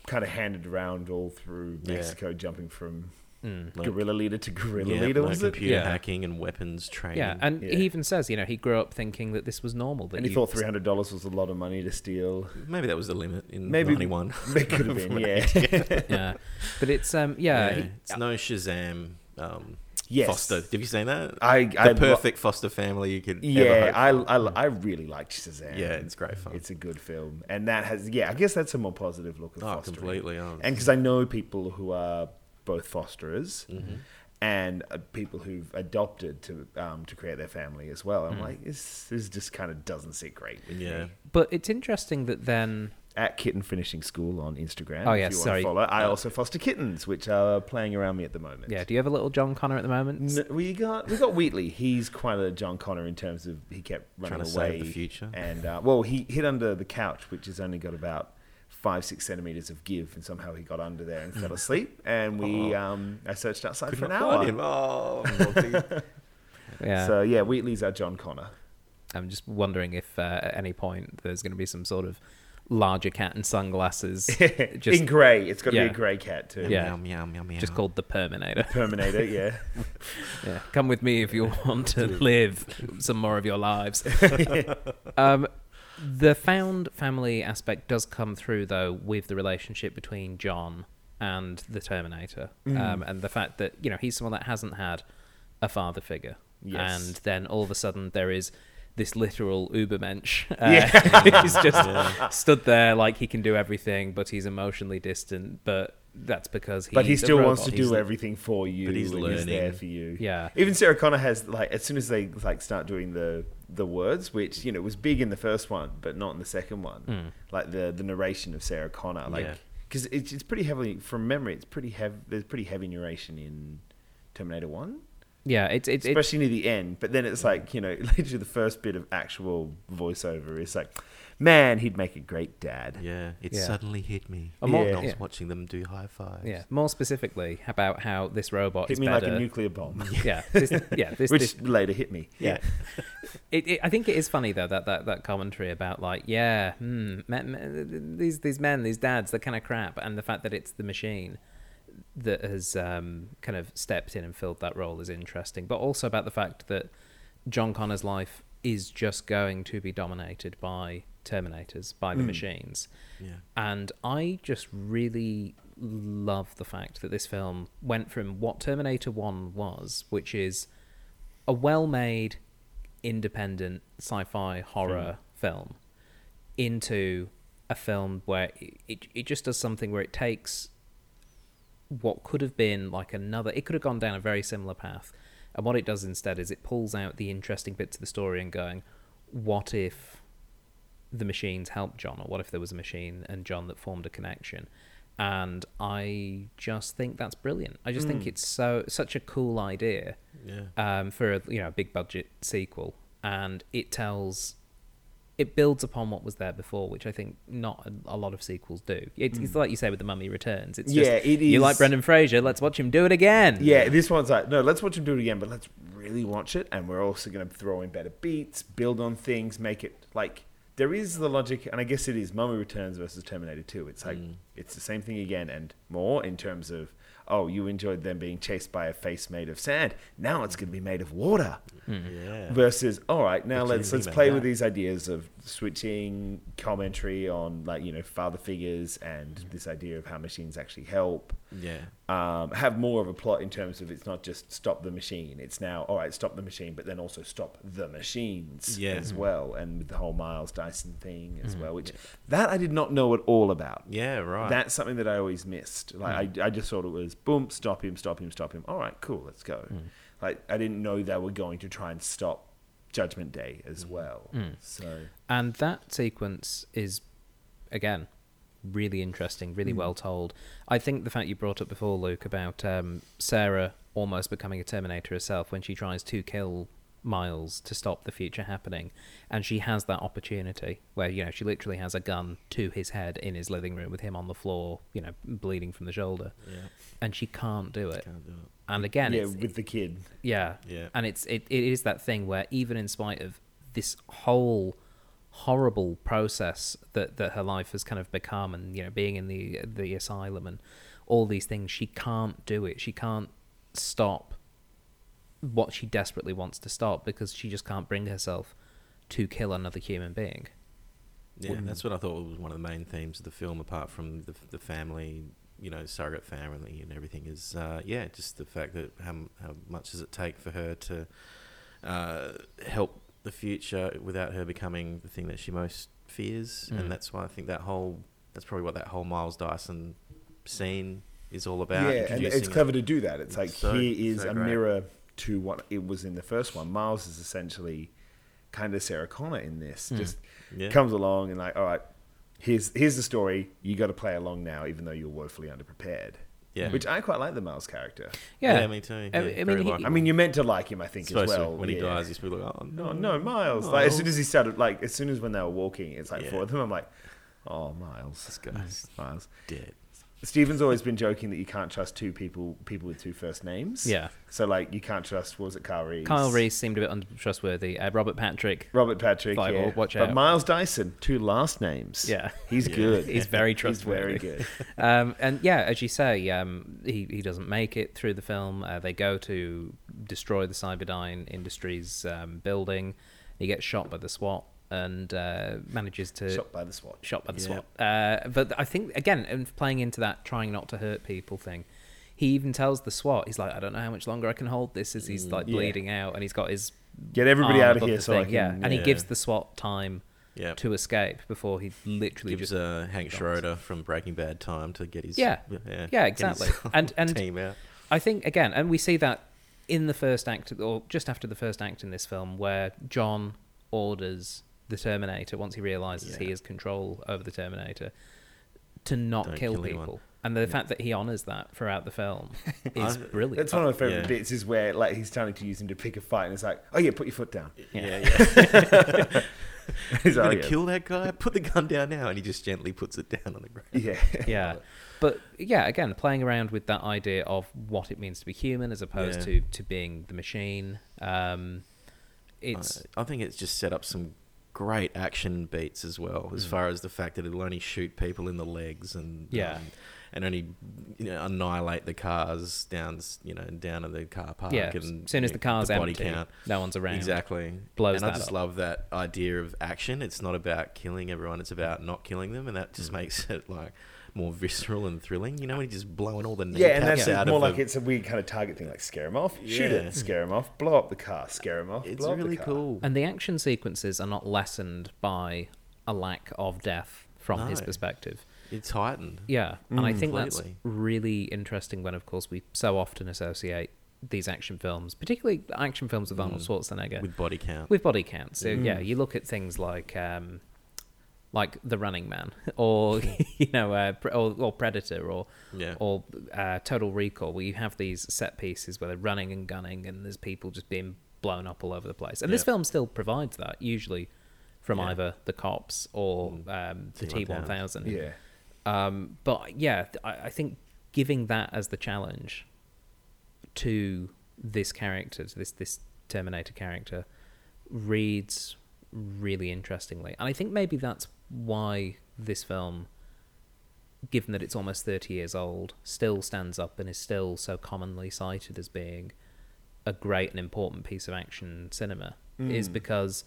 Speaker 2: kind of handed around all through
Speaker 3: Yeah. Mm,
Speaker 2: Mexico, jumping from
Speaker 3: Like-
Speaker 2: guerrilla leader to guerrilla
Speaker 3: Yeah,
Speaker 2: leader.
Speaker 3: like
Speaker 2: Was it?
Speaker 3: computer
Speaker 1: Yeah.
Speaker 3: hacking and weapons training.
Speaker 1: Yeah, and
Speaker 2: Yeah.
Speaker 1: he even says, you know, he grew up thinking that this was normal. That
Speaker 2: And he
Speaker 1: you-
Speaker 2: thought three hundred dollars was a lot of money to steal. [laughs]
Speaker 3: maybe that was the limit in
Speaker 2: Maybe-
Speaker 3: '91.
Speaker 2: It could
Speaker 3: [laughs]
Speaker 2: have been, yeah. [laughs]
Speaker 1: Yeah, but it's um yeah,
Speaker 3: Yeah,
Speaker 1: he-
Speaker 3: it's no Shazam. Um,
Speaker 2: Yes.
Speaker 3: Foster. Have you seen that?
Speaker 2: I-
Speaker 3: the
Speaker 2: I lo-
Speaker 3: perfect Foster family you could.
Speaker 2: Yeah,
Speaker 3: ever hope.
Speaker 2: I, I, I really liked Shazam.
Speaker 3: Yeah, it's great fun.
Speaker 2: It's a good film, and that has yeah. I guess that's a more positive look at
Speaker 3: Oh,
Speaker 2: fostering.
Speaker 3: completely, oh.
Speaker 2: And because I know people who are both fosterers
Speaker 1: Mm-hmm.
Speaker 2: and uh, people who've adopted to um, to create their family as well.
Speaker 1: Mm.
Speaker 2: I'm like, this this just kind of doesn't sit great. with me.
Speaker 3: yeah.
Speaker 1: But it's interesting that then
Speaker 2: At kitten finishing school on Instagram.
Speaker 1: Oh,
Speaker 2: if
Speaker 1: yeah,
Speaker 2: you wanna
Speaker 1: sorry.
Speaker 2: Follow. I also foster kittens, which are playing around me at the moment.
Speaker 1: yeah, do you have a little John Connor at the moment?
Speaker 2: N- we got we got Wheatley. He's quite a John Connor in terms of he kept running
Speaker 3: Trying to
Speaker 2: away.
Speaker 3: save the future.
Speaker 2: And uh, well, he hid under the couch, which has only got about five six centimeters of give, and somehow he got under there and
Speaker 3: [laughs]
Speaker 2: fell asleep. And we um, I searched outside
Speaker 3: Oh. Could
Speaker 2: for an
Speaker 3: not find
Speaker 2: hour.
Speaker 3: him. [laughs] Oh,
Speaker 1: Yeah.
Speaker 2: So yeah, Wheatley's our John Connor. [laughs]
Speaker 1: I'm just wondering if uh, at any point there's going to be some sort of larger cat in
Speaker 2: [laughs]
Speaker 1: sunglasses, just
Speaker 2: in grey, it's got to
Speaker 1: yeah.
Speaker 2: be a grey cat too.
Speaker 1: Yeah.
Speaker 3: Meow, meow, meow, meow.
Speaker 1: just called the Perminator.
Speaker 2: Terminator, yeah.
Speaker 1: Yeah, come with me if you want to live some more of your
Speaker 2: [laughs]
Speaker 1: lives. um, the found family aspect does come through though with the relationship between John and the Terminator,
Speaker 2: Mm.
Speaker 1: um, and the fact that you know he's someone that hasn't had a father figure,
Speaker 2: Yes.
Speaker 1: and then all of a sudden there is this literal
Speaker 2: [laughs]
Speaker 1: Ubermensch. Uh, [laughs]
Speaker 2: Yeah.
Speaker 1: he's just stood there like he can do everything, but he's emotionally distant. But that's because he's
Speaker 2: But he
Speaker 1: a
Speaker 2: still wants
Speaker 1: robot.
Speaker 2: to
Speaker 1: He's-
Speaker 2: do everything for you.
Speaker 3: But he's
Speaker 2: and He's there
Speaker 3: learning.
Speaker 2: for you.
Speaker 1: Yeah.
Speaker 2: Even Sarah Connor has like as soon as they like start doing the the words, which you know was big in the first one, but not in the second one.
Speaker 1: Hmm.
Speaker 2: Like the the narration of Sarah Connor, like
Speaker 3: Yeah.
Speaker 2: because it's it's pretty heavily from memory. It's pretty heavy. There's pretty heavy narration in Terminator One,
Speaker 1: Yeah, it's it's it's
Speaker 2: especially near the end. But then it's like you know [laughs] literally the first bit of actual voiceover is like, man, he'd make a great dad.
Speaker 3: Yeah, it
Speaker 1: Yeah.
Speaker 3: suddenly hit me.
Speaker 1: A mo-
Speaker 2: Yeah.
Speaker 3: I was
Speaker 1: yeah.
Speaker 3: watching them do high fives.
Speaker 1: Yeah, more specifically about how this robot
Speaker 2: Hit
Speaker 1: is
Speaker 2: me
Speaker 1: better.
Speaker 2: like a nuclear bomb,
Speaker 1: [laughs] yeah, this, yeah,
Speaker 2: [laughs]
Speaker 1: this,
Speaker 2: which
Speaker 1: this-
Speaker 2: later hit me.
Speaker 1: yeah. [laughs] It, it, I think it is funny though that, that, that commentary about like yeah, hmm, men, men, these these men, these dads, they're kind of crap, and the fact that it's the machine that has um, kind of stepped in and filled that role is interesting, but also about the fact that John Connor's life is just going to be dominated by Terminators, by
Speaker 2: Hmm.
Speaker 1: the machines.
Speaker 3: Yeah.
Speaker 1: And I just really love the fact that this film went from what Terminator 1 was, which is a well made, independent sci fi horror film, into a film where it, it, it just does something where it takes what could have been like another it could have gone down a very similar path and what it does instead is it pulls out the interesting bits of the story and going what if the machines helped john or what if there was a machine and john that formed a connection and i just think that's brilliant i just
Speaker 2: Hmm.
Speaker 1: think it's so such a cool idea
Speaker 3: Yeah.
Speaker 1: um, for a you know a big budget sequel and it tells it builds upon what was there before, which I think not a, a lot of sequels do. It's, it's like you say with the Mummy Returns. It's
Speaker 2: Hmm. Yeah,
Speaker 1: just,
Speaker 2: it
Speaker 1: You like
Speaker 2: is-
Speaker 1: Brendan Fraser? Let's watch him do it again.
Speaker 2: Yeah, this one's like, no, let's watch him do it again, but let's really watch it. And we're also going to throw in better beats, build on things, make it like there is the logic, and I guess it is Mummy Returns versus Terminator 2. It's like, it's the same thing again and more in terms of, oh, you enjoyed them being chased by a face made of sand. Now it's going to be made of water.
Speaker 3: Yeah.
Speaker 2: Versus, all right, now
Speaker 3: What can
Speaker 2: let's
Speaker 3: you
Speaker 2: let's
Speaker 3: think
Speaker 2: play
Speaker 3: about
Speaker 2: with
Speaker 3: that?
Speaker 2: these ideas of switching commentary on like you know father figures and this idea of how machines actually help
Speaker 3: yeah.
Speaker 2: um, have more of a plot in terms of it's not just stop the machine. It's now all right, stop the machine, but then also stop the machines
Speaker 3: Yeah. Mm-hmm.
Speaker 2: as well, and with the whole Miles Dyson thing as well, which that I did not know at all about.
Speaker 3: Yeah, right. Mm.
Speaker 2: That's something that I always missed. Like I, I just thought it was boom, stop him, stop him, stop him. All right, cool, let's go.
Speaker 3: Mm.
Speaker 2: Like I didn't know they were going to try and stop Judgment Day
Speaker 3: Mm.
Speaker 2: as well. So
Speaker 1: And that sequence is, again, really interesting,
Speaker 3: Hmm.
Speaker 1: really well told. I think the fact you brought up before, Luke, about um, Sarah almost becoming a Terminator herself when she tries to kill Miles to stop the future happening, and she has that opportunity where you know she literally has a gun to his head in his living room with him on the floor, you know, bleeding from the shoulder,
Speaker 3: Yeah.
Speaker 1: and she can't do it.
Speaker 3: Can't do it.
Speaker 1: And again,
Speaker 2: yeah,
Speaker 1: it's,
Speaker 2: with the kid,
Speaker 1: yeah.
Speaker 3: Yeah.
Speaker 1: And it's it, it is that thing where even in spite of this whole horrible process that, that her life has kind of become and you know being in the the asylum and all these things she can't do it she can't stop what she desperately wants to stop because she just can't bring herself to kill another human being
Speaker 3: Yeah, that's what I thought was one of the main themes of the film, apart from the, the family you know surrogate family and everything is uh, yeah just the fact that how how much does it take for her to uh, help the future without her becoming the thing that she most fears
Speaker 1: Mm.
Speaker 3: and that's why I think that whole that's probably what that whole Miles Dyson scene is all about
Speaker 2: yeah, and it's
Speaker 3: introducing-
Speaker 2: clever to do that. It's
Speaker 3: It's
Speaker 2: like
Speaker 3: so-
Speaker 2: here is
Speaker 3: so
Speaker 2: a
Speaker 3: great.
Speaker 2: mirror to what it was in the first one. Miles is essentially kind of Sarah Connor in this. Just
Speaker 3: Hmm. Yeah.
Speaker 2: comes along and like, all right, here's here's the story. You got to play along now, even though you're woefully underprepared.
Speaker 3: Yeah.
Speaker 2: which I quite like the Miles character.
Speaker 1: Yeah,
Speaker 3: Yeah, me too.
Speaker 1: I,
Speaker 3: Yeah,
Speaker 1: I
Speaker 3: very
Speaker 1: mean, he,
Speaker 3: likable.
Speaker 2: I mean, you're meant to like him, I think, as
Speaker 3: Supposed to,
Speaker 2: well.
Speaker 3: when he
Speaker 2: yeah.
Speaker 3: dies he's probably like oh
Speaker 2: No,
Speaker 3: no
Speaker 2: no, Miles. Like as
Speaker 3: Miles.
Speaker 2: soon as he started, like as soon as when they were walking, it's like
Speaker 3: Yeah.
Speaker 2: four of them. I'm like, oh, Miles,
Speaker 3: this guy's
Speaker 2: Miles.
Speaker 3: dead
Speaker 2: Stephen's always been joking that you can't trust two people, people with two first names.
Speaker 1: Yeah.
Speaker 2: So like, you can't trust. What was it Kyle Reese?
Speaker 1: Kyle Reese seemed a bit untrustworthy. Uh, Robert Patrick,
Speaker 2: Robert Patrick.
Speaker 1: Like,
Speaker 2: yeah.
Speaker 1: well, oh, watch
Speaker 2: but
Speaker 1: out.
Speaker 2: Miles Dyson, two last names.
Speaker 1: Yeah.
Speaker 2: He's
Speaker 3: Yeah.
Speaker 2: good.
Speaker 1: He's very
Speaker 2: He's
Speaker 1: trustworthy. [laughs]
Speaker 2: very good.
Speaker 1: um, and yeah, as you say, um, he he doesn't make it through the film. Uh, they go to destroy the Cyberdyne Industries um, building. He gets shot by the SWAT and uh, manages to
Speaker 2: Shot by the SWAT.
Speaker 1: shot by the
Speaker 3: Yeah.
Speaker 1: SWAT. Uh, but I think again, and playing into that trying not to hurt people thing, he even tells the SWAT, he's like, I don't know how much longer I can hold this. As he's like
Speaker 2: Mm, yeah.
Speaker 1: bleeding out, and he's got his
Speaker 2: Get everybody
Speaker 1: arm
Speaker 2: out of
Speaker 1: above
Speaker 2: here
Speaker 1: Ah, the
Speaker 2: so I
Speaker 1: thing, yeah,
Speaker 2: can-
Speaker 1: and he
Speaker 3: Yeah.
Speaker 1: gives the SWAT time
Speaker 3: yeah
Speaker 1: to escape before he literally
Speaker 3: gives
Speaker 1: just
Speaker 3: uh, Hank Schroeder from Breaking Bad time to get his
Speaker 1: Yeah.
Speaker 3: yeah,
Speaker 1: Yeah,
Speaker 3: get his
Speaker 1: exactly.
Speaker 3: [laughs]
Speaker 1: And- and-
Speaker 3: team out.
Speaker 1: I think again, and we see that in the first act, or just after the first act in this film, where John orders the Terminator once he realizes he
Speaker 3: Yeah.
Speaker 1: has control over the Terminator to not
Speaker 3: Don't
Speaker 1: kill,
Speaker 3: kill anyone.
Speaker 1: people, and the fact that he honors that throughout the film is
Speaker 3: [laughs] I-
Speaker 1: brilliant.
Speaker 2: That's one of my favorite
Speaker 3: Yeah.
Speaker 2: bits is where like he's starting to use him to pick a fight, and it's like, oh yeah, put your foot down. [laughs]
Speaker 1: [laughs]
Speaker 3: Yeah, yeah. [laughs]
Speaker 2: He's like,
Speaker 3: You're gonna
Speaker 2: "Oh, yeah."
Speaker 3: kill that guy. Put the gun down now, and he just gently puts it down on the ground.
Speaker 2: "Oh,
Speaker 3: [laughs]
Speaker 2: Yeah.
Speaker 1: yeah but yeah again playing around with that idea of what it means to be human as opposed
Speaker 3: Yeah.
Speaker 1: to to being the machine um it's
Speaker 3: I, I think it's just set up some great action beats as well,
Speaker 1: Mm.
Speaker 3: as far as the fact that it'll only shoot people in the legs and
Speaker 1: Yeah.
Speaker 3: um, and only you know, annihilate the cars down s- you know down at the car park.
Speaker 1: yeah as
Speaker 3: and
Speaker 1: soon as
Speaker 3: you
Speaker 1: the
Speaker 3: know,
Speaker 1: car's
Speaker 3: the
Speaker 1: empty no one's around
Speaker 3: Exactly.
Speaker 1: Blows
Speaker 3: and I
Speaker 1: that
Speaker 3: just
Speaker 1: up.
Speaker 3: love that idea of action. It's not about killing everyone, it's about not killing them and that
Speaker 1: Mm.
Speaker 3: just makes [laughs] it like more visceral and thrilling. You know when he's just blowing all the
Speaker 2: Yeah,
Speaker 3: kneecaps
Speaker 2: and that's
Speaker 3: out
Speaker 2: it's more
Speaker 3: of
Speaker 2: like
Speaker 3: them.
Speaker 2: it's a weird kind of target thing, like scare him off, shoot
Speaker 3: Yeah.
Speaker 2: it, scare him off, blow up the car, scare him off.
Speaker 3: It's
Speaker 2: blow up the
Speaker 3: really
Speaker 2: car.
Speaker 3: cool.
Speaker 1: and the action sequences are not lessened by a lack of death from his
Speaker 3: No.
Speaker 1: perspective
Speaker 3: It's heightened.
Speaker 1: Yeah, and I think that's
Speaker 3: Completely.
Speaker 1: really interesting when, of course, we so often associate these action films, particularly action films with Arnold Schwarzenegger,
Speaker 3: Mm. With body count.
Speaker 1: with body counts. So, Yeah,
Speaker 3: Mm.
Speaker 1: you look at things like um, like The Running Man, [laughs]
Speaker 3: [laughs]
Speaker 1: or you know, uh, Pre- or, or Predator, or
Speaker 3: Yeah.
Speaker 1: or uh, Total Recall, where you have these set pieces where they're running and gunning, and there's people just being blown up all over the place. And this
Speaker 3: Yeah.
Speaker 1: film still provides that usually from
Speaker 3: Yeah. Mm.
Speaker 1: either the cops or um, the T one
Speaker 3: T-1000.
Speaker 1: thousand.
Speaker 2: Yeah.
Speaker 1: Um, but yeah, th- I, I think giving that as the challenge to this character, to this this Terminator character, reads really interestingly, and I think maybe that's why this film, given that it's almost thirty years old, still stands up and is still so commonly cited as being a great and important piece of action cinema, is because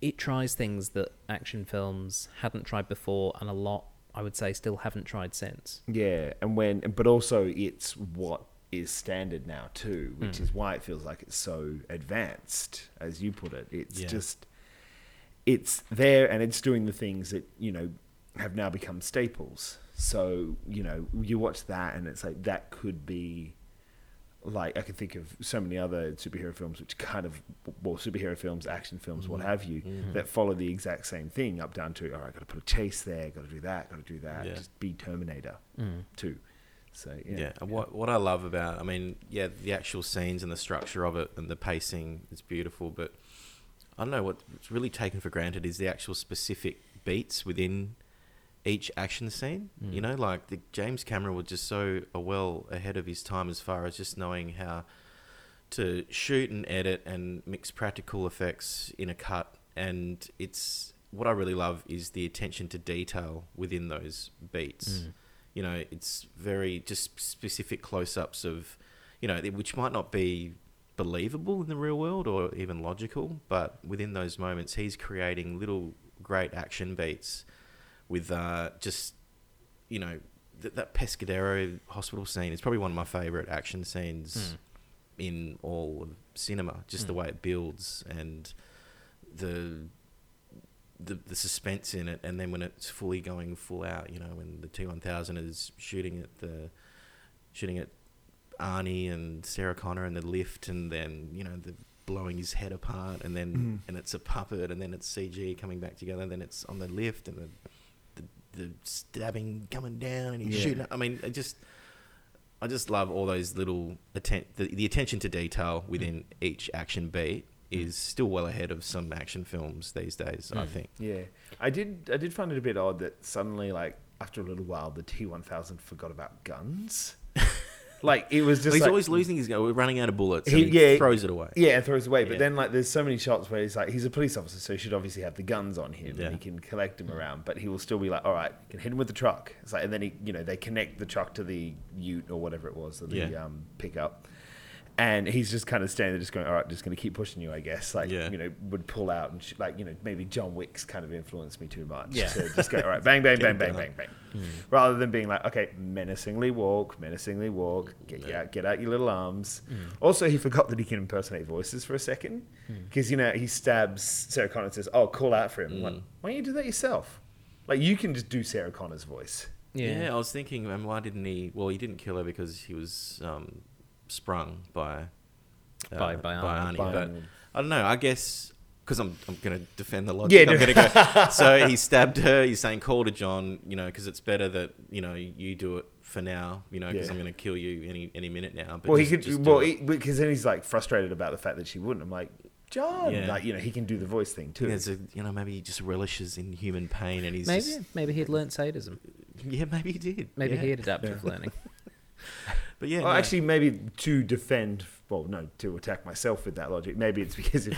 Speaker 1: it tries things that action films hadn't tried before, and a lot I would say still haven't tried since.
Speaker 2: Yeah, and when, but also it's what is standard now too, which is why it feels like it's so advanced, as you put it. It's
Speaker 3: Yeah.
Speaker 2: just, it's there and it's doing the things that you know have now become staples. So you know, you watch that and it's like that could be. Like I can think of so many other superhero films, which kind of, well, superhero films, action films, what
Speaker 3: Mm-hmm.
Speaker 2: have you, that follow the exact same thing up down to, all right, got to put a chase there, got to do that, got to do that.
Speaker 3: Yeah. Mm.
Speaker 2: Just be Terminator too. So yeah,
Speaker 3: yeah. And what what I love about, I mean, yeah, the actual scenes and the structure of it and the pacing is beautiful. But I don't know what's really taken for granted is the actual specific beats within each action scene. You know, like the James Cameron was just so uh, well ahead of his time as far as just knowing how to shoot and edit and mix practical effects in a cut. And it's what I really love is the attention to detail within those beats. You know, it's very just specific close ups of, you know, which might not be believable in the real world or even logical, but within those moments, he's creating little great action beats with uh, just you know th- that Pescadero hospital scene is probably one of my favorite action scenes in all of cinema. Just the way it builds and the, the the suspense in it, and then when it's fully going full out, you know, when the T one thousand is shooting at the shooting at Arnie and Sarah Connor in the lift, and then you know the blowing his head apart, and then
Speaker 2: Mm-hmm.
Speaker 3: and it's a puppet, and then it's CG coming back together, and then it's on the lift, and the the, the stabbing coming down, and he's
Speaker 2: Yeah.
Speaker 3: shooting. I mean, I just I just love all those little atten- the, the attention to detail
Speaker 2: Mm.
Speaker 3: within each action beat is still well ahead of some action films these days.
Speaker 2: Mm.
Speaker 3: I think.
Speaker 2: Yeah, I did. I did find it a bit odd that suddenly, like after a little while, the T one thousand forgot about
Speaker 3: [laughs]
Speaker 2: guns. like it was just
Speaker 3: he's
Speaker 2: like-
Speaker 3: always losing his. We're running out of bullets.
Speaker 2: He-
Speaker 3: and he
Speaker 2: yeah.
Speaker 3: throws it away.
Speaker 2: Yeah, and throws away. But
Speaker 3: Yeah.
Speaker 2: then like there's so many shots where he's like he's a police officer, so he should obviously have the guns on him
Speaker 3: Yeah.
Speaker 2: and he can collect them around, but he will still be like, All right, you can hit him with the truck. It's like and then he you know, they connect the truck to the ute or whatever it was that the
Speaker 3: Yeah.
Speaker 2: um pickup. And he's just kind of standing there, just going, "All right, just going to keep pushing you, I guess." [laughs] Like,
Speaker 3: Yeah.
Speaker 2: you know, would pull out and sh- like, you know, maybe John Wick's kind of influenced me too much.
Speaker 3: Yeah. Hmm.
Speaker 2: So just go, "All right, bang, bang,
Speaker 3: Get
Speaker 2: bang,
Speaker 3: it
Speaker 2: bang,
Speaker 3: done.
Speaker 2: bang,
Speaker 3: [laughs]
Speaker 2: bang," rather than being like, "Okay, menacingly walk, menacingly walk, get
Speaker 3: Yeah. Hmm.
Speaker 2: out, get out your little arms." Also, he forgot that he can impersonate voices for a second because you know he stabs Sarah Connor and says, "Oh, call out for him." I'm
Speaker 3: Hmm.
Speaker 2: Like, why don't you do that yourself? Like, you can just do Sarah Connor's voice.
Speaker 3: Yeah. I was thinking, and why didn't he? Well, he didn't kill her because he was um, sprung by uh,
Speaker 1: By- by Arnie.
Speaker 2: By
Speaker 3: But
Speaker 2: Arnie.
Speaker 3: I don't know. I guess because I'm I'm gonna defend the logic.
Speaker 2: Yeah,
Speaker 3: I'm
Speaker 2: no.
Speaker 3: gonna go. so he stabbed her. He's saying, "Call to John," you know, because it's better that you know you do it for now, you know, because
Speaker 2: Yeah.
Speaker 3: I'm gonna kill you any any minute now. But
Speaker 2: Well,
Speaker 3: just-
Speaker 2: he could.
Speaker 3: just do
Speaker 2: well,
Speaker 3: it.
Speaker 2: he, because then he's like frustrated about the fact that she wouldn't. I'm like, John,
Speaker 3: Yeah.
Speaker 2: like you know, he can do the voice thing too.
Speaker 3: There's a, you know, maybe he just relishes in human pain, and he's
Speaker 1: Maybe,
Speaker 3: just-
Speaker 1: maybe he'd learnt sadism.
Speaker 3: yeah, maybe he did.
Speaker 1: Maybe
Speaker 3: yeah.
Speaker 1: he had adaptive learning.
Speaker 3: But yeah,
Speaker 2: Well,
Speaker 3: no.
Speaker 2: Oh, actually, maybe to defend, well, no, to attack myself with that logic. Maybe it's because
Speaker 3: [laughs]
Speaker 2: if,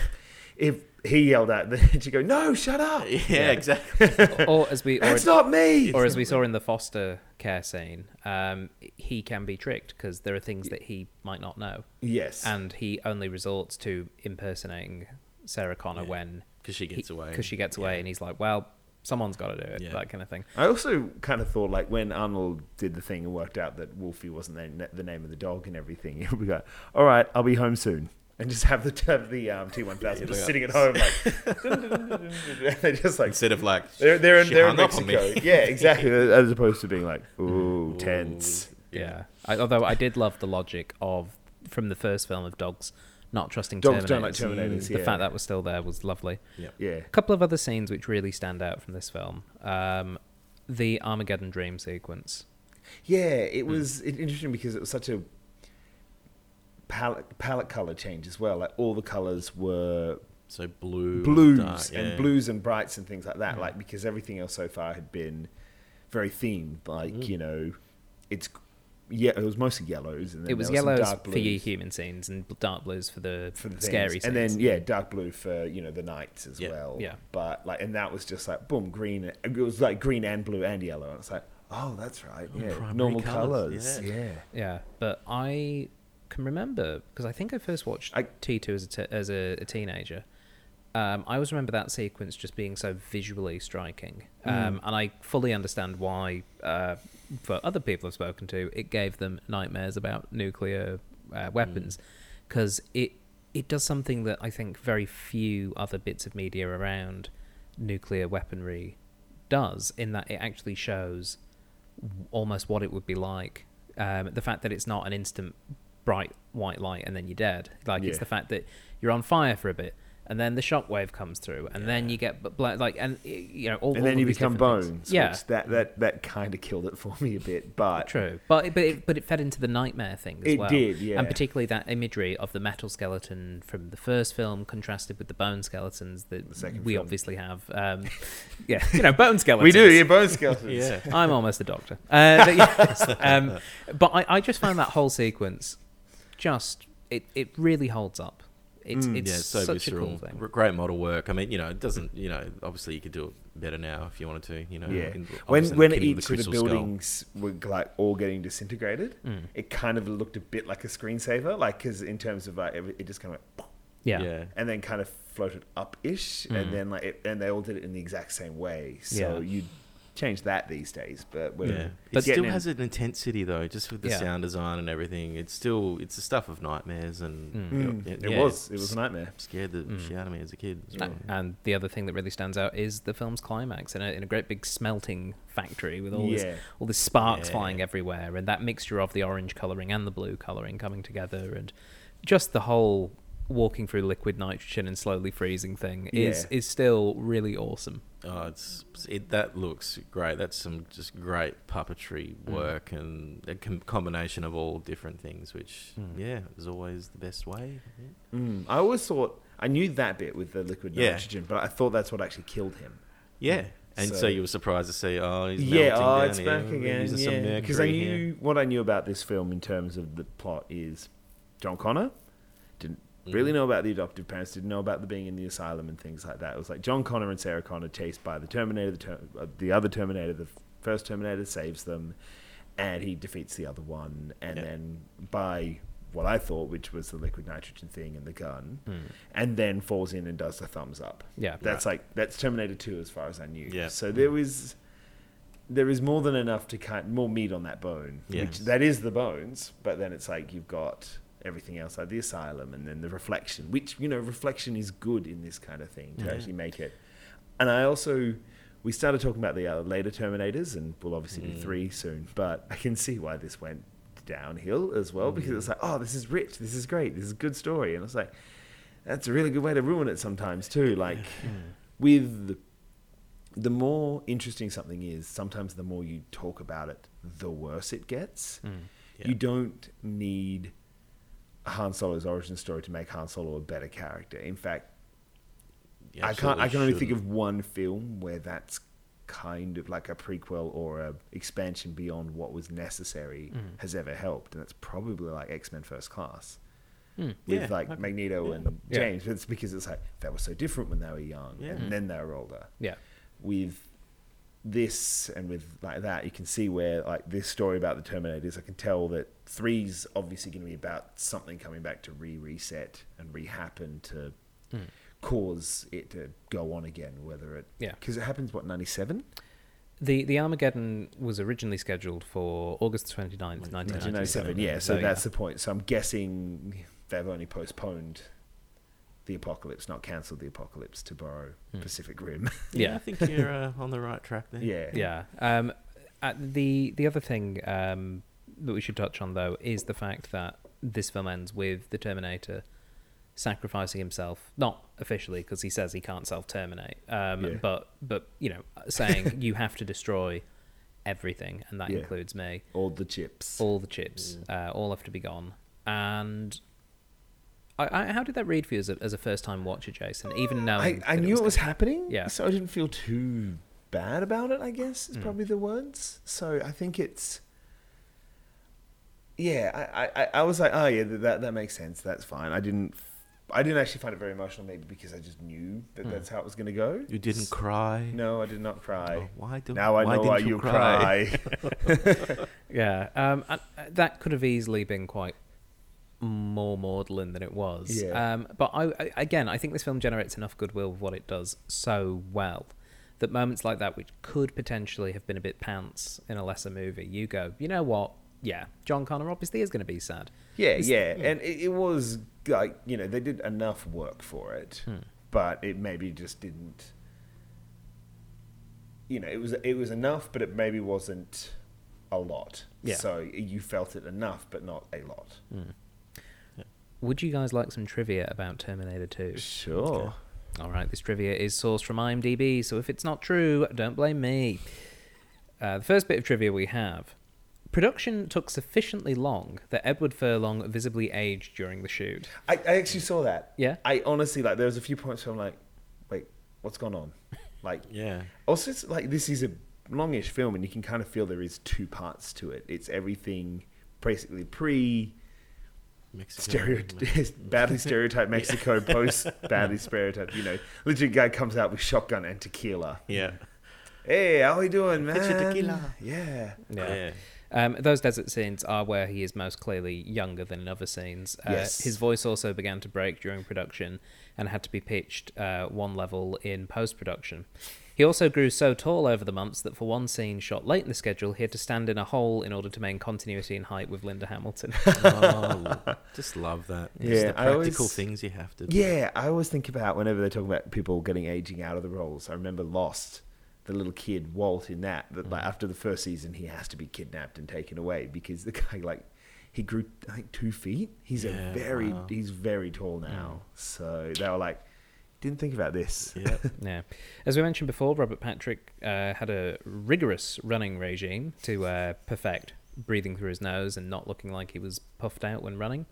Speaker 2: if he yelled out, then [laughs] she'd go, no, shut up.
Speaker 3: [laughs] yeah, exactly.
Speaker 1: or as we
Speaker 2: That's
Speaker 1: already,
Speaker 2: not me.
Speaker 1: or as we saw in the foster care scene, um, he can be tricked because there are things that he might not know,
Speaker 2: yes.
Speaker 1: and he only resorts to impersonating Sarah Connor
Speaker 3: Yeah.
Speaker 1: when
Speaker 3: 'Cause she gets away.
Speaker 1: Because she gets away, and he's like, "Well, someone's got to do it,"
Speaker 3: Yeah.
Speaker 1: that kind of thing.
Speaker 2: I also kind of thought, like, when Arnold did the thing and worked out that Wolfie wasn't the, the name of the dog and everything, [laughs] we go, all right, I'll be home soon. And just have the have the um, T1000
Speaker 3: Yeah.
Speaker 2: just sitting at home, like, and
Speaker 3: [laughs]
Speaker 2: they're just like, [laughs]
Speaker 3: Instead of like
Speaker 2: they're, they're, in,
Speaker 3: she
Speaker 2: they're in
Speaker 3: hung up on me. [laughs]
Speaker 2: Mexico. Yeah, exactly. As opposed to being like, ooh, tense.
Speaker 1: Yeah. I, although I did love the logic of from the first film of dogs not trusting
Speaker 2: Dogs
Speaker 1: Terminators. Mm.
Speaker 2: don't like Terminators,
Speaker 1: The
Speaker 2: yeah.
Speaker 1: fact that was still there was lovely.
Speaker 3: Yeah.
Speaker 2: Yeah.
Speaker 1: A couple of other scenes which really stand out from this film. Um, the Armageddon dream sequence.
Speaker 2: Yeah, it was it, interesting because it was such a palette palette color change as well. Like all the colors were
Speaker 3: So blue,
Speaker 2: blues
Speaker 3: dark, yeah.
Speaker 2: and blues and brights and things like that. Like because everything else so far had been very themed. Like you know, it's yeah, it was mostly yellows and then
Speaker 1: it was
Speaker 2: there some
Speaker 1: yellows
Speaker 2: dark
Speaker 1: for your
Speaker 2: blues
Speaker 1: human scenes and bl- dark blues for the,
Speaker 2: for the
Speaker 1: scary
Speaker 2: things.
Speaker 1: scenes.
Speaker 2: and then yeah, dark blue for you know the nights as
Speaker 3: Yeah.
Speaker 2: well.
Speaker 1: Yeah.
Speaker 2: but like and that was just like boom green. It was like green and blue and yellow, and it's like oh that's right, yeah,
Speaker 3: primary
Speaker 2: normal
Speaker 3: colours,
Speaker 2: colors,
Speaker 3: yeah.
Speaker 2: yeah.
Speaker 1: Yeah, but I can remember because I think I first watched
Speaker 2: I-
Speaker 1: T2 as a t- as a, a teenager. Um, I always remember that sequence just being so visually striking,
Speaker 2: Mm.
Speaker 1: um, and I fully understand why. Uh, for other people I've spoken to, it gave them nightmares about nuclear uh,
Speaker 2: Mm.
Speaker 1: weapons because it it does something that I think very few other bits of media around nuclear weaponry does, in that it actually shows almost what it would be like. Um, the fact that it's not an instant bright white light and then you're dead. Like it's
Speaker 2: Yeah.
Speaker 1: the fact that you're on fire for a bit and then the shockwave comes through and then you get bl- bla- like and you know all
Speaker 2: and
Speaker 1: all
Speaker 2: then you
Speaker 1: of these
Speaker 2: become
Speaker 1: different things.
Speaker 2: bones.
Speaker 1: Yeah,
Speaker 2: which that that that kind of killed it for me a bit, but
Speaker 1: true. But it- but it, but it fed into the nightmare thing as
Speaker 2: It
Speaker 1: well.
Speaker 2: did, yeah.
Speaker 1: And particularly that imagery of the metal skeleton from the first film contrasted with the bone skeletons that
Speaker 2: second
Speaker 1: we
Speaker 2: film.
Speaker 1: obviously have. Um, [laughs] yeah, you know, bone skeletons.
Speaker 2: [laughs] we do. Yeah, bone skeletons.
Speaker 3: Yeah.
Speaker 1: I'm almost a doctor. Uh, but, yes, um, but I, I just found that whole sequence just it, it really holds up. It's it's
Speaker 3: Mm, yeah, it's so
Speaker 1: such
Speaker 3: visceral.
Speaker 1: a cool
Speaker 3: R-
Speaker 1: thing.
Speaker 3: Great model work. I mean, you know, it doesn't. You know, obviously you could do it better now if you wanted to. You know,
Speaker 2: Yeah.
Speaker 3: in-
Speaker 2: when
Speaker 3: obviously
Speaker 2: when
Speaker 3: the kid with
Speaker 2: each of the
Speaker 3: crystal skull.
Speaker 2: buildings were like all getting disintegrated,
Speaker 1: Mm.
Speaker 2: it kind of looked a bit like a screensaver, like because in terms of like every- it just kind of went,
Speaker 1: Yeah.
Speaker 3: yeah.
Speaker 2: and then kind of floated up ish, and then like it, and they all did it in the exact same way. So
Speaker 1: Yeah.
Speaker 2: you change that these days, but we're,
Speaker 3: Yeah.
Speaker 2: it's
Speaker 3: it still
Speaker 2: getting in.
Speaker 3: has an intensity though, just with the
Speaker 1: Yeah.
Speaker 3: sound design and everything. It's still it's the stuff of nightmares and
Speaker 2: Mm.
Speaker 3: yeah,
Speaker 2: it
Speaker 3: yeah,
Speaker 2: was it was a nightmare.
Speaker 3: scared
Speaker 1: Mm.
Speaker 3: the shit out of me as a kid. as well.
Speaker 1: And the other thing that really stands out is the film's climax in a, in a great big smelting factory with all
Speaker 2: Yeah.
Speaker 1: this all the sparks
Speaker 3: Yeah.
Speaker 1: flying everywhere and that mixture of the orange colouring and the blue colouring coming together and just the whole walking through liquid nitrogen and slowly freezing thing is
Speaker 2: Yeah.
Speaker 1: is still really awesome.
Speaker 3: Oh, it's it, that looks great. That's some just great puppetry
Speaker 2: Mm.
Speaker 3: work and a com- combination of all different things, which
Speaker 2: Hmm.
Speaker 3: yeah, is always the best way. I think.
Speaker 2: Mm. I always thought I knew that bit with the liquid
Speaker 3: Yeah.
Speaker 2: nitrogen, but I thought that's what actually killed him.
Speaker 3: Yeah, and so,
Speaker 2: So-
Speaker 3: you were surprised to see oh he's
Speaker 2: yeah,
Speaker 3: melting
Speaker 2: oh,
Speaker 3: down
Speaker 2: it's
Speaker 3: here.
Speaker 2: back
Speaker 3: We're
Speaker 2: again.
Speaker 3: using some
Speaker 2: Yeah, because I
Speaker 3: mercury here.
Speaker 2: knew what I knew about this film in terms of the plot is John Connor didn't
Speaker 3: Mm.
Speaker 2: really know about the adoptive parents, didn't know about the being in the asylum and things like that. It was like John Connor and Sarah Connor chased by the Terminator, the, ter- uh, the other Terminator, the first Terminator saves them, and he defeats the other one, and
Speaker 3: Yeah.
Speaker 2: then by what I thought, which was the liquid nitrogen thing and the gun,
Speaker 3: Hmm.
Speaker 2: and then falls in and does the thumbs up.
Speaker 1: Yeah.
Speaker 2: that's like that's Terminator Two as far as I knew.
Speaker 3: Yeah.
Speaker 2: So there was there is more than enough to cut more meat on that bone.
Speaker 3: Yes.
Speaker 2: Which that is the bones, but then it's like you've got everything else like the asylum and then the reflection, which you know, reflection is good in this kind of thing to
Speaker 3: Yeah.
Speaker 2: actually make it. And I also we started talking about the uh, later Terminators, and we'll obviously do three soon. But I can see why this went downhill as well because it's like, oh, this is rich, this is great, this is a good story, and it's like, that's a really good way to ruin it sometimes too. Like with the more interesting something is, sometimes the more you talk about it, the worse it gets.
Speaker 3: yeah.
Speaker 2: You don't need Han Solo's origin story to make Han Solo a better character. In fact,
Speaker 3: You
Speaker 2: I can't. I
Speaker 3: absolutely
Speaker 2: can only think
Speaker 3: shouldn't.
Speaker 2: of one film where that's kind of like a prequel or a expansion beyond what was necessary
Speaker 3: Mm.
Speaker 2: has ever helped, and that's probably like X Men First Class with
Speaker 3: Hmm, Yeah,
Speaker 2: like
Speaker 3: okay.
Speaker 2: Magneto
Speaker 3: Yeah.
Speaker 2: and
Speaker 1: Yeah.
Speaker 2: James. It's because it's like they were so different when they were young,
Speaker 3: Yeah. Hmm.
Speaker 2: and then they were older
Speaker 1: Yeah.
Speaker 2: with this and with like that, you can see where like this story about the Terminators, I can tell that three's obviously going to be about something coming back to re-reset and re-happen to cause it to go on again, whether it
Speaker 1: Yeah.
Speaker 2: because it happens what ninety seven
Speaker 1: The the Armageddon was originally scheduled for August 29th,
Speaker 2: nineteen ninety
Speaker 1: 1997.
Speaker 2: seven, yeah. So that's the point. So I'm guessing they've only postponed the apocalypse, not cancelled the apocalypse, to borrow Pacific Rim. [laughs]
Speaker 1: yeah.
Speaker 3: I think you're uh, on the right track there.
Speaker 2: yeah,
Speaker 1: yeah. Um, uh, the the other thing um, that we should touch on though is the fact that this film ends with the Terminator sacrificing himself, not officially because he says he can't self-terminate, um,
Speaker 2: Yeah.
Speaker 1: but but you know saying [laughs] you have to destroy everything, and that
Speaker 2: Yeah.
Speaker 1: includes me.
Speaker 2: All the chips.
Speaker 1: All the chips,
Speaker 2: Mm.
Speaker 1: uh, all have to be gone. And I, I, how did that read for you as a, as a first-time watcher, Jason? Even
Speaker 2: I,
Speaker 3: Um,
Speaker 1: knowing
Speaker 2: I
Speaker 1: that
Speaker 2: knew it was
Speaker 1: coming-
Speaker 2: happening.
Speaker 1: Yeah.
Speaker 2: So I didn't feel too bad about it, I guess,
Speaker 3: Mm.
Speaker 2: is probably the words. So I think it's. Yeah, I, I- I, I was like, oh, yeah, th- that, that makes sense. That's fine. I didn't. I didn't actually find it very emotional, maybe because I just knew that that's how it was going to go.
Speaker 3: Hmm. You didn't cry.
Speaker 2: No, I did not
Speaker 3: Oh,
Speaker 2: cry.
Speaker 3: why do,
Speaker 2: now I
Speaker 3: why
Speaker 2: know
Speaker 3: didn't
Speaker 2: why
Speaker 3: you,
Speaker 2: you
Speaker 3: cry?
Speaker 2: cry.
Speaker 3: [laughs]
Speaker 2: [laughs]
Speaker 1: Yeah, um, and, uh, that could have easily been quite more maudlin than it was.
Speaker 2: Yeah.
Speaker 1: Um, but I, I, again, I think this film generates enough goodwill with what it does so well that moments like that, which could potentially have been a bit pants in a lesser movie, you go, you know what? Yeah, John Connor obviously is going to be sad.
Speaker 2: Yeah,
Speaker 1: It's-
Speaker 2: yeah, and it, it was like you know they did enough work for it,
Speaker 1: Hmm.
Speaker 2: but it maybe just didn't. You know, it was it was enough, but it maybe wasn't a lot.
Speaker 1: Yeah.
Speaker 2: So you felt it enough, but not a lot.
Speaker 1: Would you guys like some trivia about Terminator 2?
Speaker 2: Sure.
Speaker 1: All right, this trivia is sourced from IMDb, so if it's not true, don't blame me. Uh, the first bit of trivia we have production took sufficiently long that Edward Furlong visibly aged during the shoot.
Speaker 2: I, I actually saw that.
Speaker 1: Yeah?
Speaker 2: I honestly like there was a few points where I'm like, wait, what's
Speaker 1: [laughs]
Speaker 2: gone on? Like
Speaker 3: Yeah.
Speaker 2: Also, it's like this is a longish film, and you can kind of feel there is two parts to it. It's everything basically pre
Speaker 3: Mexican.
Speaker 2: stereo [laughs]
Speaker 3: [laughs]
Speaker 2: badly stereotyped Mexico post badly stereotyped. You know, legit guy comes out with shotgun and tequila.
Speaker 3: Yeah.
Speaker 2: Hey, how we doing, man?
Speaker 3: Get your tequila.
Speaker 2: Yeah. [laughs]
Speaker 3: Yeah.
Speaker 1: Um, those desert scenes are where he is most clearly younger than in other scenes. Uh,
Speaker 2: Yes.
Speaker 1: His voice also began to break during production and had to be pitched uh, one level in post production. He also grew so tall over the months that for one scene shot late in the schedule, he had to stand in a hole in order to maintain continuity in height with Linda Hamilton.
Speaker 3: Oh, just love that. Just
Speaker 2: Yeah,
Speaker 3: the
Speaker 2: I
Speaker 3: practical
Speaker 2: always-
Speaker 3: things you have to. do.
Speaker 2: Yeah, I always think about whenever they talk about people getting aging out of the roles. I remember Lost, the little kid Walt in that. That
Speaker 3: Mm.
Speaker 2: like after the first season, he has to be kidnapped and taken away because the guy like he grew I think two feet. He's
Speaker 3: Yeah,
Speaker 2: a very
Speaker 3: wow. Mm.
Speaker 2: he's very tall now. So they were like, didn't think about this.
Speaker 3: Yeah.
Speaker 1: Yeah. As we mentioned before, Robert Patrick uh, had a rigorous running regime to uh, perfect breathing through his nose and not looking like he was puffed out when running.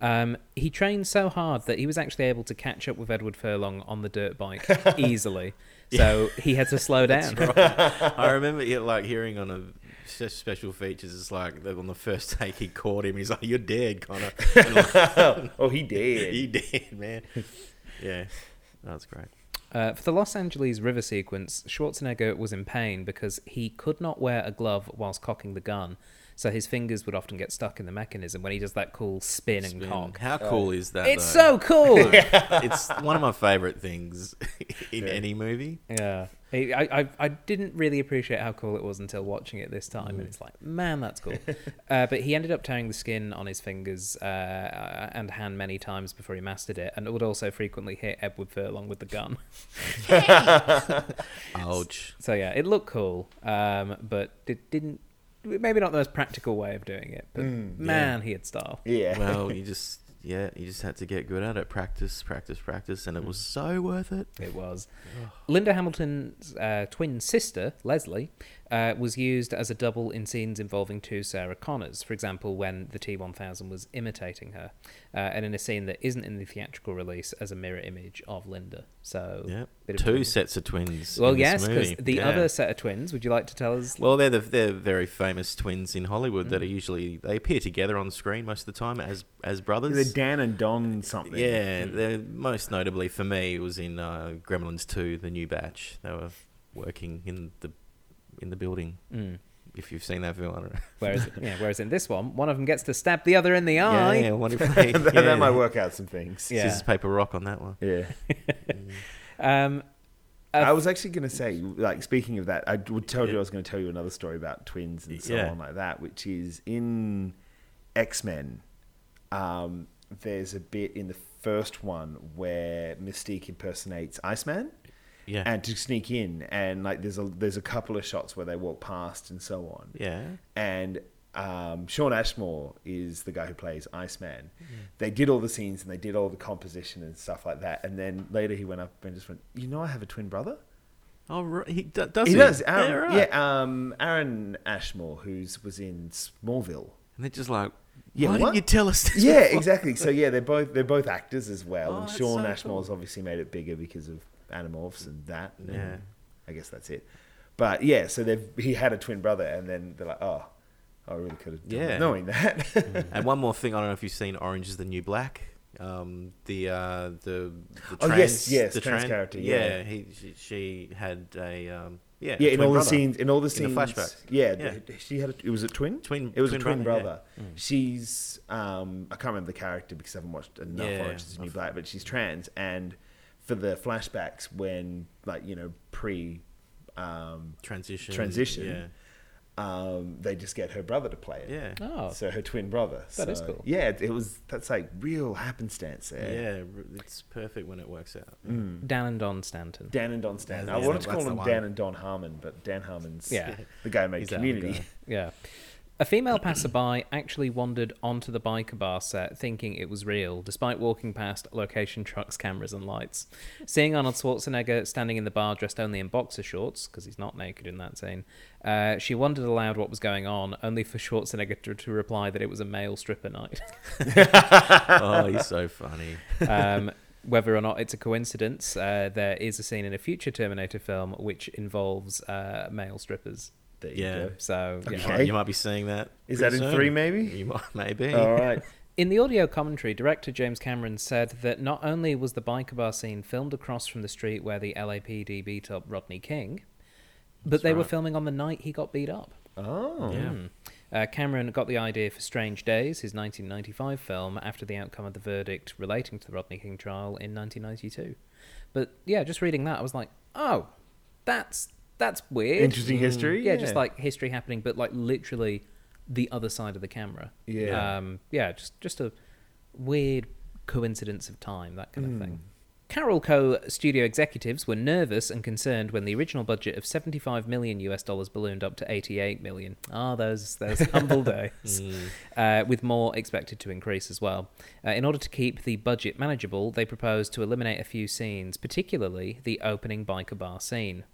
Speaker 1: Um, he trained so hard that he was actually able to catch up with Edward Furlong on the dirt [laughs] bike easily. So he had to [laughs] slow down.
Speaker 3: I remember yeah, like hearing on a se- special features. It's like the- on the first take he caught him. He's like, "You're dead,
Speaker 1: [laughs]
Speaker 3: Connor." And like,
Speaker 2: [laughs] Oh, he
Speaker 3: [laughs]
Speaker 2: did.
Speaker 3: you dead, man. Yeah, that's great.
Speaker 1: Uh, for the Los Angeles River sequence, Schwarzenegger was in pain because he could not wear a glove whilst cocking the gun. So his fingers would often get stuck in the mechanism when he does that cool spin and Oh.
Speaker 3: Spin.
Speaker 1: cock.
Speaker 3: How cool is that?
Speaker 1: It's so [laughs]
Speaker 3: though?
Speaker 1: cool!
Speaker 3: [laughs] it's one of my favorite things [laughs] in
Speaker 2: Yeah.
Speaker 3: any movie.
Speaker 1: Yeah. I, I, I- I didn't really appreciate how cool it was until watching it this time, and it's like, man, that's cool. uh, but he ended up tearing the skin on his fingers uh, and hand many times before he mastered it, and would also frequently hit Edward Furlong with the gun.
Speaker 3: Ouch.
Speaker 1: so yeah, it looked cool, um, but it didn't. Maybe not the most practical way of doing it, but man, he had style.
Speaker 2: Yeah.
Speaker 3: Well, you just yeah, you just had to get good at it. Practice, practice, practice,
Speaker 1: Mm.
Speaker 3: and it was so worth it.
Speaker 1: It was. Linda Hamilton's uh, twin sister, Leslie, uh, was used as a double in scenes involving two Sarah Connors, for example, when the T 1000 was imitating her, uh, and in a scene that isn't in the theatrical release as a mirror image of Linda. So,
Speaker 3: Yeah,
Speaker 1: bit of
Speaker 3: two
Speaker 1: twin-
Speaker 3: sets of twins.
Speaker 1: Well,
Speaker 3: in this
Speaker 1: yes, because
Speaker 3: movie.
Speaker 1: the
Speaker 3: Yeah.
Speaker 1: other set of twins, would you like to tell us?
Speaker 3: Well, they're the they're very famous twins in Hollywood that are
Speaker 2: Mm.
Speaker 3: usually they appear together on screen most of the time as as
Speaker 2: the
Speaker 3: brothers.
Speaker 2: Dan and Don something.
Speaker 3: [laughs] yeah,
Speaker 2: Mm.
Speaker 3: they're most notably for me it was in uh, Gremlins Two: The New Batch. They were working in the in the building.
Speaker 1: Mm.
Speaker 3: If you've seen that film, [laughs] I don't know.
Speaker 1: Whereas, yeah, whereas in this one, one of them gets to stab the other in the
Speaker 3: Yeah,
Speaker 1: eye.
Speaker 2: [laughs]
Speaker 3: yeah,
Speaker 2: [laughs]
Speaker 3: wonderfully.
Speaker 2: that,
Speaker 3: yeah.
Speaker 2: that might work out some things.
Speaker 1: Yeah.
Speaker 3: Scissors, paper, rock on that one.
Speaker 2: [laughs] Yeah.
Speaker 1: Um, Uh,
Speaker 2: I was actually going to say, like, speaking of that, I would tell you
Speaker 3: Yeah.
Speaker 2: I was going to tell you another story about twins and so
Speaker 3: Yeah.
Speaker 2: on like that, which is in X Men. Um, there's a bit in the first one where Mystique impersonates Iceman
Speaker 3: Yeah,
Speaker 2: and to sneak in, and like there's a there's a couple of shots where they walk past and so on
Speaker 3: yeah.
Speaker 2: and um, Sean Ashmore is the guy who plays Iceman. They did all the scenes and they did all the composition and stuff like that. And then later he went up and just went, "You know, I have a twin brother."
Speaker 3: Oh, right. he do- does.
Speaker 2: he does.
Speaker 3: Yeah,
Speaker 2: Aaron, yeah,
Speaker 3: right.
Speaker 2: um, Aaron Ashmore, who's was in
Speaker 3: [laughs]
Speaker 2: Smallville.
Speaker 3: And they're just like,
Speaker 2: Yeah,
Speaker 3: why
Speaker 2: what?
Speaker 3: didn't you tell us this?
Speaker 2: Yeah,
Speaker 3: before?"
Speaker 2: exactly. So yeah, they're both they're both actors as well.
Speaker 3: Oh,
Speaker 2: and
Speaker 3: that's
Speaker 2: Sean
Speaker 3: so
Speaker 2: Ashmore's obviously made it bigger because of Animorphs and that. and
Speaker 3: Yeah.
Speaker 2: I guess that's it. But yeah, so they've he had a twin brother, and then they're like, oh, I really could have done
Speaker 3: Yeah.
Speaker 2: knowing that. [laughs]
Speaker 3: And one more thing, I don't know if you've seen Orange is the New Black. Um, the uh, the, the
Speaker 2: Oh,
Speaker 3: trans,
Speaker 2: yes, yes,
Speaker 3: the
Speaker 2: trans
Speaker 3: tran-
Speaker 2: character, yeah.
Speaker 3: he she, she had a um, yeah,
Speaker 2: yeah,
Speaker 3: a
Speaker 2: in
Speaker 3: twin
Speaker 2: all
Speaker 3: brother.
Speaker 2: the scenes, in all the
Speaker 3: In
Speaker 2: scenes,
Speaker 3: the flashbacks.
Speaker 2: Yeah,
Speaker 3: Yeah.
Speaker 2: th- she had a, it was a twin.
Speaker 3: Twin-
Speaker 2: It was
Speaker 3: twin
Speaker 2: a twin
Speaker 3: brother,
Speaker 2: brother.
Speaker 3: yeah. Mm.
Speaker 2: She's um, I can't remember the character because I haven't watched enough
Speaker 3: Yeah,
Speaker 2: Orange Is the New
Speaker 3: I've-
Speaker 2: Black, but she's trans. And for the flashbacks, when like you know pre um,
Speaker 3: transition
Speaker 2: transition, um, they just get her brother to play it.
Speaker 3: yeah yeah
Speaker 1: Oh,
Speaker 2: So her twin brother.
Speaker 1: That is
Speaker 2: So,
Speaker 1: cool.
Speaker 2: Yeah, it it was that's like real happenstance there.
Speaker 3: yeah it's perfect when it works out
Speaker 2: Mm.
Speaker 1: Dan and Don Stanton.
Speaker 2: Dan and Don Stanton. I
Speaker 3: Yeah,
Speaker 2: wanted to
Speaker 3: that's
Speaker 2: call
Speaker 3: the
Speaker 2: him
Speaker 3: one.
Speaker 2: Dan and Don Harmon, but Dan Harmon's
Speaker 1: Yeah.
Speaker 2: the guy who made
Speaker 3: He's that other
Speaker 2: Community.
Speaker 3: guy.
Speaker 1: [laughs] Yeah. A female passerby actually wandered onto the biker bar set thinking it was real, despite walking past location trucks, cameras, and lights. Seeing Arnold Schwarzenegger standing in the bar dressed only in boxer shorts, because he's not naked in that scene, uh, she wondered aloud what was going on, only for Schwarzenegger to, to reply that it was a male stripper night.
Speaker 3: [laughs]
Speaker 1: [laughs]
Speaker 3: oh he's
Speaker 2: [laughs]
Speaker 3: so funny
Speaker 1: um, whether or not it's a coincidence, uh, there is a scene in a future Terminator film which involves uh, male strippers.
Speaker 2: There
Speaker 3: Yeah.
Speaker 2: you go.
Speaker 1: So, yeah.
Speaker 2: Okay.
Speaker 3: you might be seeing that
Speaker 2: Is that
Speaker 3: pretty
Speaker 2: in
Speaker 3: soon.
Speaker 2: three, maybe? Oh.
Speaker 3: you might [laughs]
Speaker 1: [laughs]
Speaker 3: maybe
Speaker 2: All right.
Speaker 1: In the audio commentary, director James Cameron said that not only was the biker bar scene filmed across from the street where the LAPD beat up Rodney King, but
Speaker 3: That's
Speaker 1: they were
Speaker 3: right.
Speaker 1: filming on the night he got beat up.
Speaker 2: Oh.
Speaker 3: yeah
Speaker 1: Mm. Uh, Cameron got the idea for Strange Days, his 1995 film, after the outcome of the verdict relating to the Rodney King trial in 1992. But yeah, just reading that, I was like, oh, that's that's weird. Mm.
Speaker 2: Interesting history,
Speaker 1: Yeah, just
Speaker 2: yeah.
Speaker 1: like history happening, but like literally the other side of the camera.
Speaker 2: Yeah.
Speaker 1: um, yeah, just just a weird coincidence of time, that kind of thing. Carol Co. studio executives were nervous and concerned when the original budget of 75 million US dollars ballooned up to 88 million. Ah, those those humble days. Uh, with more expected to increase as well. Uh, in order to keep the budget manageable, they proposed to eliminate a few scenes, particularly the opening biker bar scene.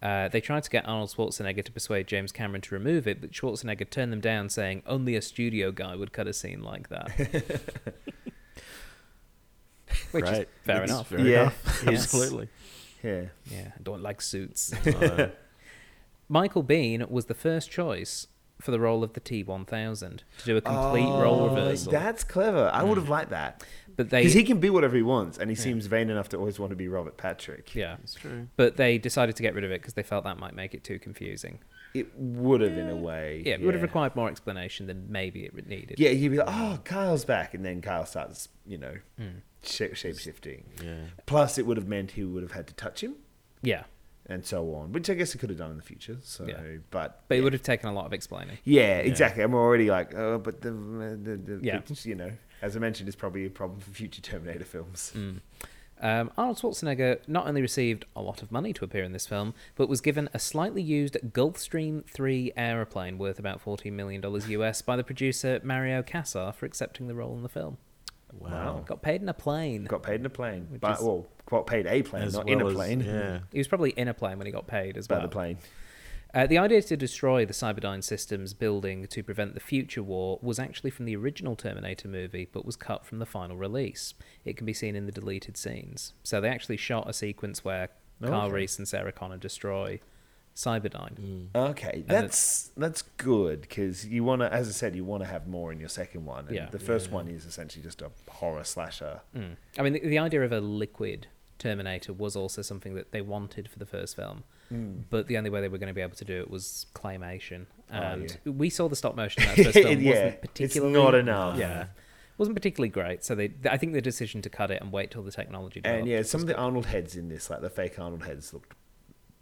Speaker 1: Uh, they tried to get Arnold Schwarzenegger to persuade James Cameron to remove it, but Schwarzenegger turned them down, saying only a studio guy would cut a scene like
Speaker 2: [laughs]
Speaker 1: that. Which is
Speaker 3: Right.
Speaker 1: fair
Speaker 3: It's
Speaker 1: enough.
Speaker 3: fair
Speaker 2: Yeah.
Speaker 3: enough. [laughs]
Speaker 1: Yes.
Speaker 3: Absolutely.
Speaker 2: Yeah.
Speaker 1: Yeah, I don't like
Speaker 3: [laughs]
Speaker 1: suits.
Speaker 3: Uh,
Speaker 1: [laughs] Michael Bean was the first choice for the role of the T one thousand to do a complete
Speaker 2: Oh,
Speaker 1: role reversal.
Speaker 2: That's clever. I would have liked that.
Speaker 1: but they,
Speaker 2: Because he can be whatever he wants, and he seems vain enough to always want to be Robert Patrick.
Speaker 1: yeah,
Speaker 3: it's true.
Speaker 1: but they decided to get rid of it because they felt that might make it too confusing.
Speaker 2: It would have, in a way.
Speaker 1: Yeah, it would have required more explanation than maybe it needed.
Speaker 2: Yeah, you'd be like, oh, Kyle's back. And then Kyle starts, you know,
Speaker 1: Hmm.
Speaker 2: shape shifting.
Speaker 3: Yeah.
Speaker 2: Plus, it would have meant he would have had to touch him
Speaker 1: yeah,
Speaker 2: and so on, which I guess he could have done in the future. So,
Speaker 1: Yeah.
Speaker 2: but.
Speaker 1: but it would have taken a lot of explaining.
Speaker 2: Yeah, exactly. I'm already like, oh, but the, the, the,
Speaker 1: Yeah.
Speaker 2: the- you know, as I mentioned, it's probably a problem for future Terminator films.
Speaker 1: Mm. Um, Arnold Schwarzenegger not only received a lot of money to appear in this film, but was given a slightly used Gulfstream 3 aeroplane worth about $14 million US by the producer Mario Casar for accepting the role in the film.
Speaker 3: Wow.
Speaker 1: Got paid in a plane.
Speaker 2: Got paid in a plane,
Speaker 1: Which
Speaker 2: but
Speaker 1: is-
Speaker 2: well, got paid a plane,
Speaker 3: As
Speaker 2: not
Speaker 3: well
Speaker 2: in a
Speaker 3: as-
Speaker 2: plane. [laughs]
Speaker 3: yeah.
Speaker 1: He was probably in a plane when he got paid as
Speaker 2: By
Speaker 1: well.
Speaker 2: the plane.
Speaker 1: Uh, the idea to destroy the Cyberdyne systems building to prevent the future war was actually from the original Terminator movie, but was cut from the final release. It can be seen in the deleted scenes. So they actually shot a sequence where
Speaker 2: Oh,
Speaker 1: Carl
Speaker 2: okay. Hmm.
Speaker 1: Reese and Sarah Connor destroy Cyberdyne.
Speaker 2: Okay, that's that's good because you want to, as I said, you want to have more in your second one. and
Speaker 1: Yeah.
Speaker 2: the first one is essentially just a horror slasher. [laughs]
Speaker 1: Mm. I mean, the, the idea of a liquid Terminator was also something that they wanted for the first film, but the only way they were going to be able to do it was claymation,
Speaker 2: Hmm. Oh,
Speaker 1: and we saw the stop motion in
Speaker 2: [laughs]
Speaker 1: that first film
Speaker 2: Yeah,
Speaker 1: wasn't
Speaker 2: it's
Speaker 1: particularly
Speaker 2: not enough.
Speaker 3: Uh,
Speaker 1: Yeah, wasn't particularly great. So they, th- I think the decision to cut it and wait till the technology.
Speaker 2: And
Speaker 1: developed
Speaker 2: yeah, some
Speaker 1: was
Speaker 2: of the
Speaker 1: good.
Speaker 2: Arnold heads in this, like the fake Arnold heads, looked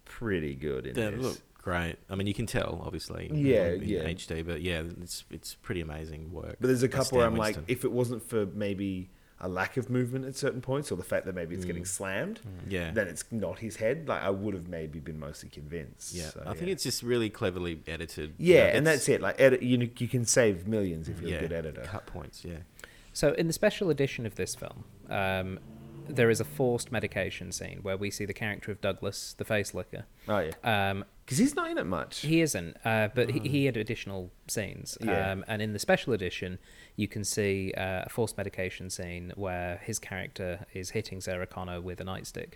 Speaker 2: pretty good in
Speaker 3: They
Speaker 2: this.
Speaker 3: look great. I mean, you can tell obviously. in-
Speaker 2: Yeah,
Speaker 3: in
Speaker 2: yeah.
Speaker 3: HD, but yeah, it's it's pretty amazing work.
Speaker 2: But there's a
Speaker 3: by
Speaker 2: couple where
Speaker 3: Stan
Speaker 2: I'm like,
Speaker 3: Winston.
Speaker 2: if it wasn't for maybe a lack of movement at certain points, or the fact that
Speaker 1: Mm.
Speaker 2: maybe it's getting slammed,
Speaker 3: yeah,
Speaker 2: then it's not his head. Like I would have maybe been mostly convinced.
Speaker 3: yeah.
Speaker 2: So,
Speaker 3: I think it's just really cleverly edited.
Speaker 2: yeah, and
Speaker 3: it's
Speaker 2: that's it. Like edit, you know, you can save millions if you're
Speaker 3: yeah,
Speaker 2: a good editor.
Speaker 3: Cut points. Yeah.
Speaker 1: So, in the special edition of this film, um, there is a forced medication scene where we see the character of Douglas, the face licker.
Speaker 2: Oh yeah,
Speaker 1: Um,
Speaker 2: because he's not in it much.
Speaker 1: He isn't, uh, but he, he had additional scenes.
Speaker 2: Yeah.
Speaker 1: Um, and in the special edition, you can see uh, a forced medication scene where his character is hitting Sarah Connor with a nightstick.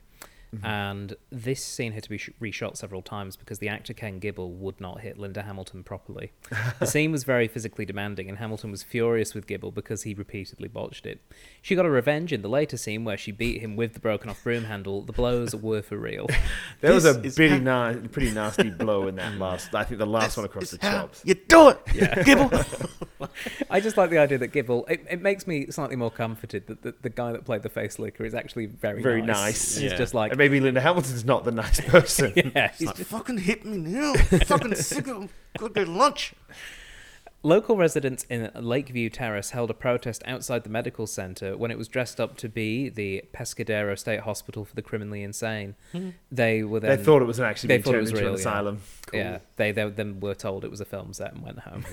Speaker 1: And this scene had to be sh- reshot several times because the actor Ken Gibble would not hit Linda Hamilton properly. the scene was very physically demanding, and Hamilton was furious with Gibble because he repeatedly botched it. She got a revenge in the later scene where she beat him with the broken off broom handle. The blows were for real.
Speaker 2: There was a
Speaker 3: This is
Speaker 2: pretty, na- pretty nasty blow
Speaker 3: [laughs]
Speaker 2: in that last. I think the last one across the chops.
Speaker 3: You do it.
Speaker 2: [laughs]
Speaker 3: [laughs] Gibble.
Speaker 1: I just like the idea that Gibble. It, it makes me slightly more comforted that the, the guy that played the face licker is actually very
Speaker 2: Very nice.
Speaker 1: He's
Speaker 3: Yeah.
Speaker 1: just like
Speaker 2: and maybe Linda Hamilton's not the
Speaker 3: [laughs]
Speaker 2: nice person.
Speaker 1: yeah. he's
Speaker 3: like, fucking hit
Speaker 2: [laughs]
Speaker 3: me now. fucking sick of good lunch.
Speaker 1: Local residents in Lakeview Terrace held a protest outside the medical centre when it was dressed up to be the Pescadero State Hospital for the Criminally Insane.
Speaker 2: Hmm.
Speaker 1: They were
Speaker 2: They
Speaker 1: then
Speaker 2: thought it was actually
Speaker 1: they
Speaker 2: being
Speaker 1: thought it
Speaker 2: turned
Speaker 1: was
Speaker 2: into
Speaker 1: real,
Speaker 2: an
Speaker 1: yeah.
Speaker 2: asylum. [laughs]
Speaker 1: yeah they, they then were told it was a film set and went home.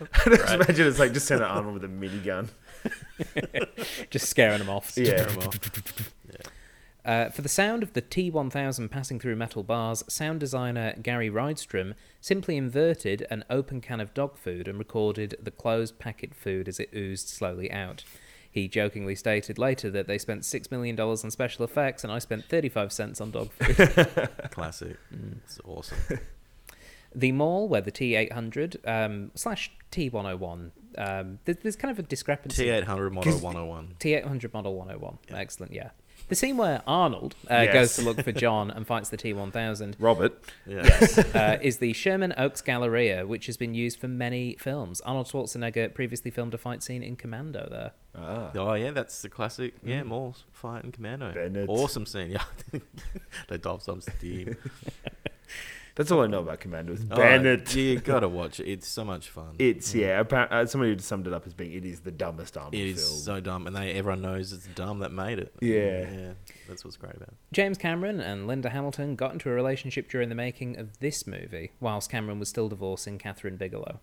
Speaker 2: I just imagine it's like just send Arnold with a
Speaker 3: [laughs]
Speaker 2: minigun.
Speaker 1: [laughs] just scaring them off.
Speaker 2: Yeah.
Speaker 3: Terrible.
Speaker 1: Uh, for the sound of the T1000 passing through metal bars, sound designer Gary Rydstrom simply inverted an open can of dog food and recorded the closed packet food as it oozed slowly out. He jokingly stated later that they spent $6 million on special effects and I spent 35 cents on dog food.
Speaker 3: Classic.
Speaker 2: Mm.
Speaker 3: It's awesome.
Speaker 1: the mall where the T800 um, slash T101, um, there- there's kind of a discrepancy.
Speaker 3: T eight hundred model oh one hundred one.
Speaker 1: T800 Model 101. Excellent, yeah. The scene where Arnold uh,
Speaker 2: Yes.
Speaker 1: goes to look for John and fights the T 1000
Speaker 2: Robert.
Speaker 3: Yeah.
Speaker 1: [laughs] uh, is the Sherman Oaks Galleria, which has been used for many films. Arnold Schwarzenegger previously filmed a fight scene in Commando there.
Speaker 2: Ah.
Speaker 3: [laughs] oh yeah, that's the classic. Yeah, more fight and commando.
Speaker 2: Mm. Bennett.
Speaker 3: Awesome scene. [laughs] Yeah, they dive some steam.
Speaker 2: That's all I know about Commando is
Speaker 3: Oh,
Speaker 2: Bennett.
Speaker 3: you gotta watch it. It's so much fun.
Speaker 2: It's yeah. Apparent, uh, somebody summed it up as being it is the dumbest Arnold
Speaker 3: It
Speaker 2: film.
Speaker 3: is so dumb, and they everyone knows it's dumb that made it.
Speaker 2: Yeah.
Speaker 3: yeah, that's what's great about. it.
Speaker 1: James Cameron and Linda Hamilton got into a relationship during the making of this movie, whilst Cameron was still divorcing Catherine Bigelow.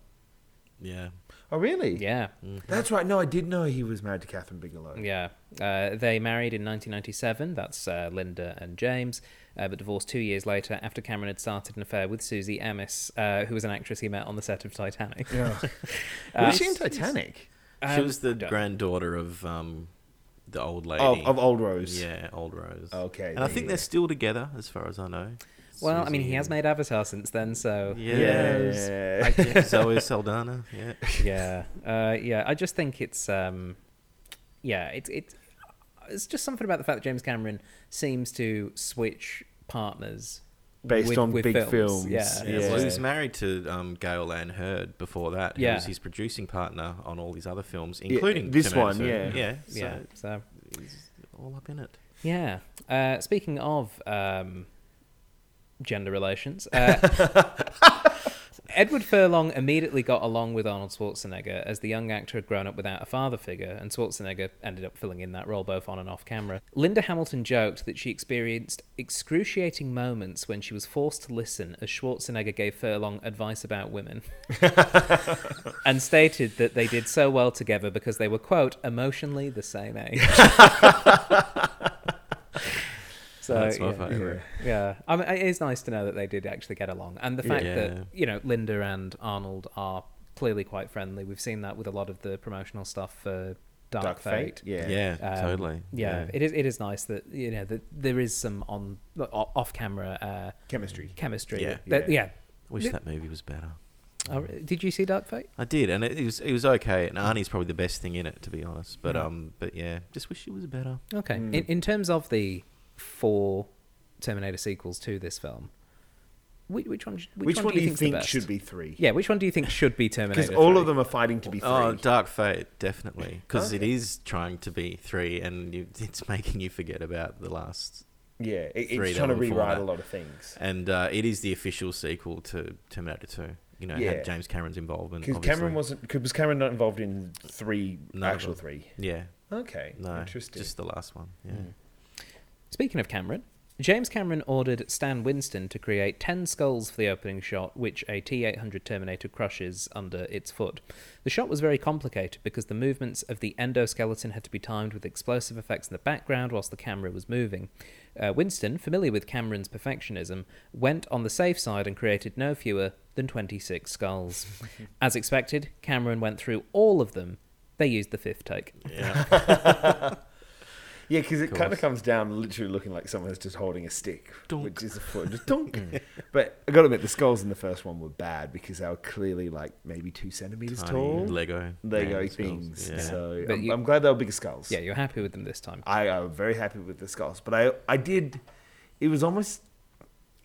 Speaker 3: Yeah,
Speaker 2: oh really?
Speaker 1: Yeah,
Speaker 2: That's right. No, I did know he was married to Catherine Bigelow.
Speaker 1: yeah. Uh, they married in 1997, that's uh, Linda and James, uh, but divorced two years later after Cameron had started an affair with Susie Amis, uh, who was an actress he met on the set of Titanic. [laughs]
Speaker 2: Yeah.
Speaker 1: Uh,
Speaker 2: was she in Titanic?
Speaker 3: she
Speaker 1: Um,
Speaker 3: was the
Speaker 1: don't-
Speaker 3: granddaughter of um, the old lady.
Speaker 2: Of, of Old Rose.
Speaker 3: yeah, old Rose.
Speaker 2: Okay,
Speaker 3: and I
Speaker 2: yeah,
Speaker 3: think
Speaker 2: yeah.
Speaker 3: they're still together, as far as I know.
Speaker 1: Well, I mean, he
Speaker 3: Susie
Speaker 1: has
Speaker 3: and-
Speaker 1: made Avatar since then, so
Speaker 3: Yeah.
Speaker 2: Yeah.
Speaker 3: yeah, [laughs] Zoe Saldana. Yeah,
Speaker 1: [laughs] yeah, uh, yeah. I just think it's, um, yeah, it's it's it's just something about the fact that James Cameron seems to switch partners
Speaker 2: Based
Speaker 1: with-
Speaker 2: on
Speaker 1: with
Speaker 2: big films,
Speaker 1: Yeah,
Speaker 3: yeah.
Speaker 1: it's
Speaker 3: Well, he
Speaker 1: just-
Speaker 3: was married to um, Gail Ann Hurd before that. who
Speaker 1: Yeah.
Speaker 3: was his producing partner on all these other films, including
Speaker 2: this
Speaker 3: Tomato
Speaker 2: one,
Speaker 3: Soup.
Speaker 2: yeah.
Speaker 3: yeah, so
Speaker 1: yeah. So
Speaker 3: he's all up in it.
Speaker 1: yeah. Uh, speaking of um, gender relations. Uh,
Speaker 3: [laughs]
Speaker 1: Edward Furlong immediately got along with Arnold Schwarzenegger as the young actor had grown up without a father figure, and Schwarzenegger ended up filling in that role both on and off camera. Linda Hamilton joked that she experienced excruciating moments when she was forced to listen as Schwarzenegger gave Furlong advice about
Speaker 3: [laughs]
Speaker 1: women and stated that they did so well together because they were, quote, emotionally the same
Speaker 3: [laughs]
Speaker 1: age. So,
Speaker 3: That's my
Speaker 1: yeah.
Speaker 3: favorite.
Speaker 1: Yeah, I mean, it is nice to know that they did actually get along, and the fact
Speaker 3: Yeah.
Speaker 1: that you know Linda and Arnold are clearly quite friendly. We've seen that with a lot of the promotional stuff for Dark,
Speaker 2: Dark Fate.
Speaker 1: Fate.
Speaker 2: Yeah.
Speaker 3: Yeah,
Speaker 1: Um,
Speaker 3: totally.
Speaker 1: Yeah, it is. It is nice that you know that there is some on off camera uh,
Speaker 2: Chemistry.
Speaker 1: chemistry.
Speaker 3: Yeah.
Speaker 1: that, yeah.
Speaker 3: Wish that movie was better.
Speaker 1: Oh, did you see Dark Fate?
Speaker 3: I did, and it, it was it was okay. And Arnie's probably the best thing in it, to be honest. But um, but yeah, just wish it was better.
Speaker 1: Okay.
Speaker 2: Mm.
Speaker 1: In, in terms of the four Terminator sequels to this film, which, which one? Which,
Speaker 2: Which, one do you
Speaker 1: think's the
Speaker 2: think
Speaker 1: best?
Speaker 2: should be three?
Speaker 1: Yeah, which one do you think should
Speaker 2: [laughs]
Speaker 1: be Terminator?
Speaker 2: Because all
Speaker 1: 3?
Speaker 2: of them are fighting to be three.
Speaker 3: Oh, Dark Fate, definitely, because
Speaker 2: Okay.
Speaker 3: it is trying to be three, and you, [laughs] it's making you forget about the last.
Speaker 2: yeah, it, it's
Speaker 3: Three
Speaker 2: trying to
Speaker 3: that were before
Speaker 2: rewrite
Speaker 3: that.
Speaker 2: a lot of things.
Speaker 3: And uh, it is the official sequel to Terminator Two. You know, it
Speaker 2: Yeah.
Speaker 3: had James Cameron's involvement.
Speaker 2: Because
Speaker 3: obviously.
Speaker 2: Cameron wasn't. Cause was Cameron not involved in three
Speaker 3: None of
Speaker 2: actual
Speaker 3: them.
Speaker 2: three?
Speaker 3: Yeah,
Speaker 2: Okay,
Speaker 3: no,
Speaker 2: interesting. Hmm.
Speaker 3: just the last one. Yeah,
Speaker 1: Speaking of Cameron, James Cameron ordered Stan Winston to create 10 skulls for the opening shot, which a T 800 Terminator crushes under its foot. The shot was very complicated because the movements of the endoskeleton had to be timed with explosive effects in the background whilst the camera was moving. Uh, Winston, familiar with Cameron's perfectionism, went on the safe side and created no fewer than 26 skulls. As expected, Cameron went through all of them. They used the fifth take.
Speaker 3: yeah,
Speaker 2: Yeah, because it kind of
Speaker 3: course.
Speaker 2: comes down literally looking like someone's just holding a stick,
Speaker 3: Donk. Mm.
Speaker 2: which is a foot. Just
Speaker 3: [laughs]
Speaker 2: donk. but I got to admit, the skulls in the first one were bad because they were clearly like maybe two centimeters
Speaker 3: Tiny
Speaker 2: tall.
Speaker 3: Lego,
Speaker 2: Lego
Speaker 3: man skulls,
Speaker 2: things.
Speaker 3: Yeah.
Speaker 2: So
Speaker 1: But
Speaker 2: I'm,
Speaker 1: you-
Speaker 2: I'm glad they were bigger skulls.
Speaker 1: Yeah, you're happy with them this time.
Speaker 2: I, I was very happy with the skulls, but I I did. It was almost.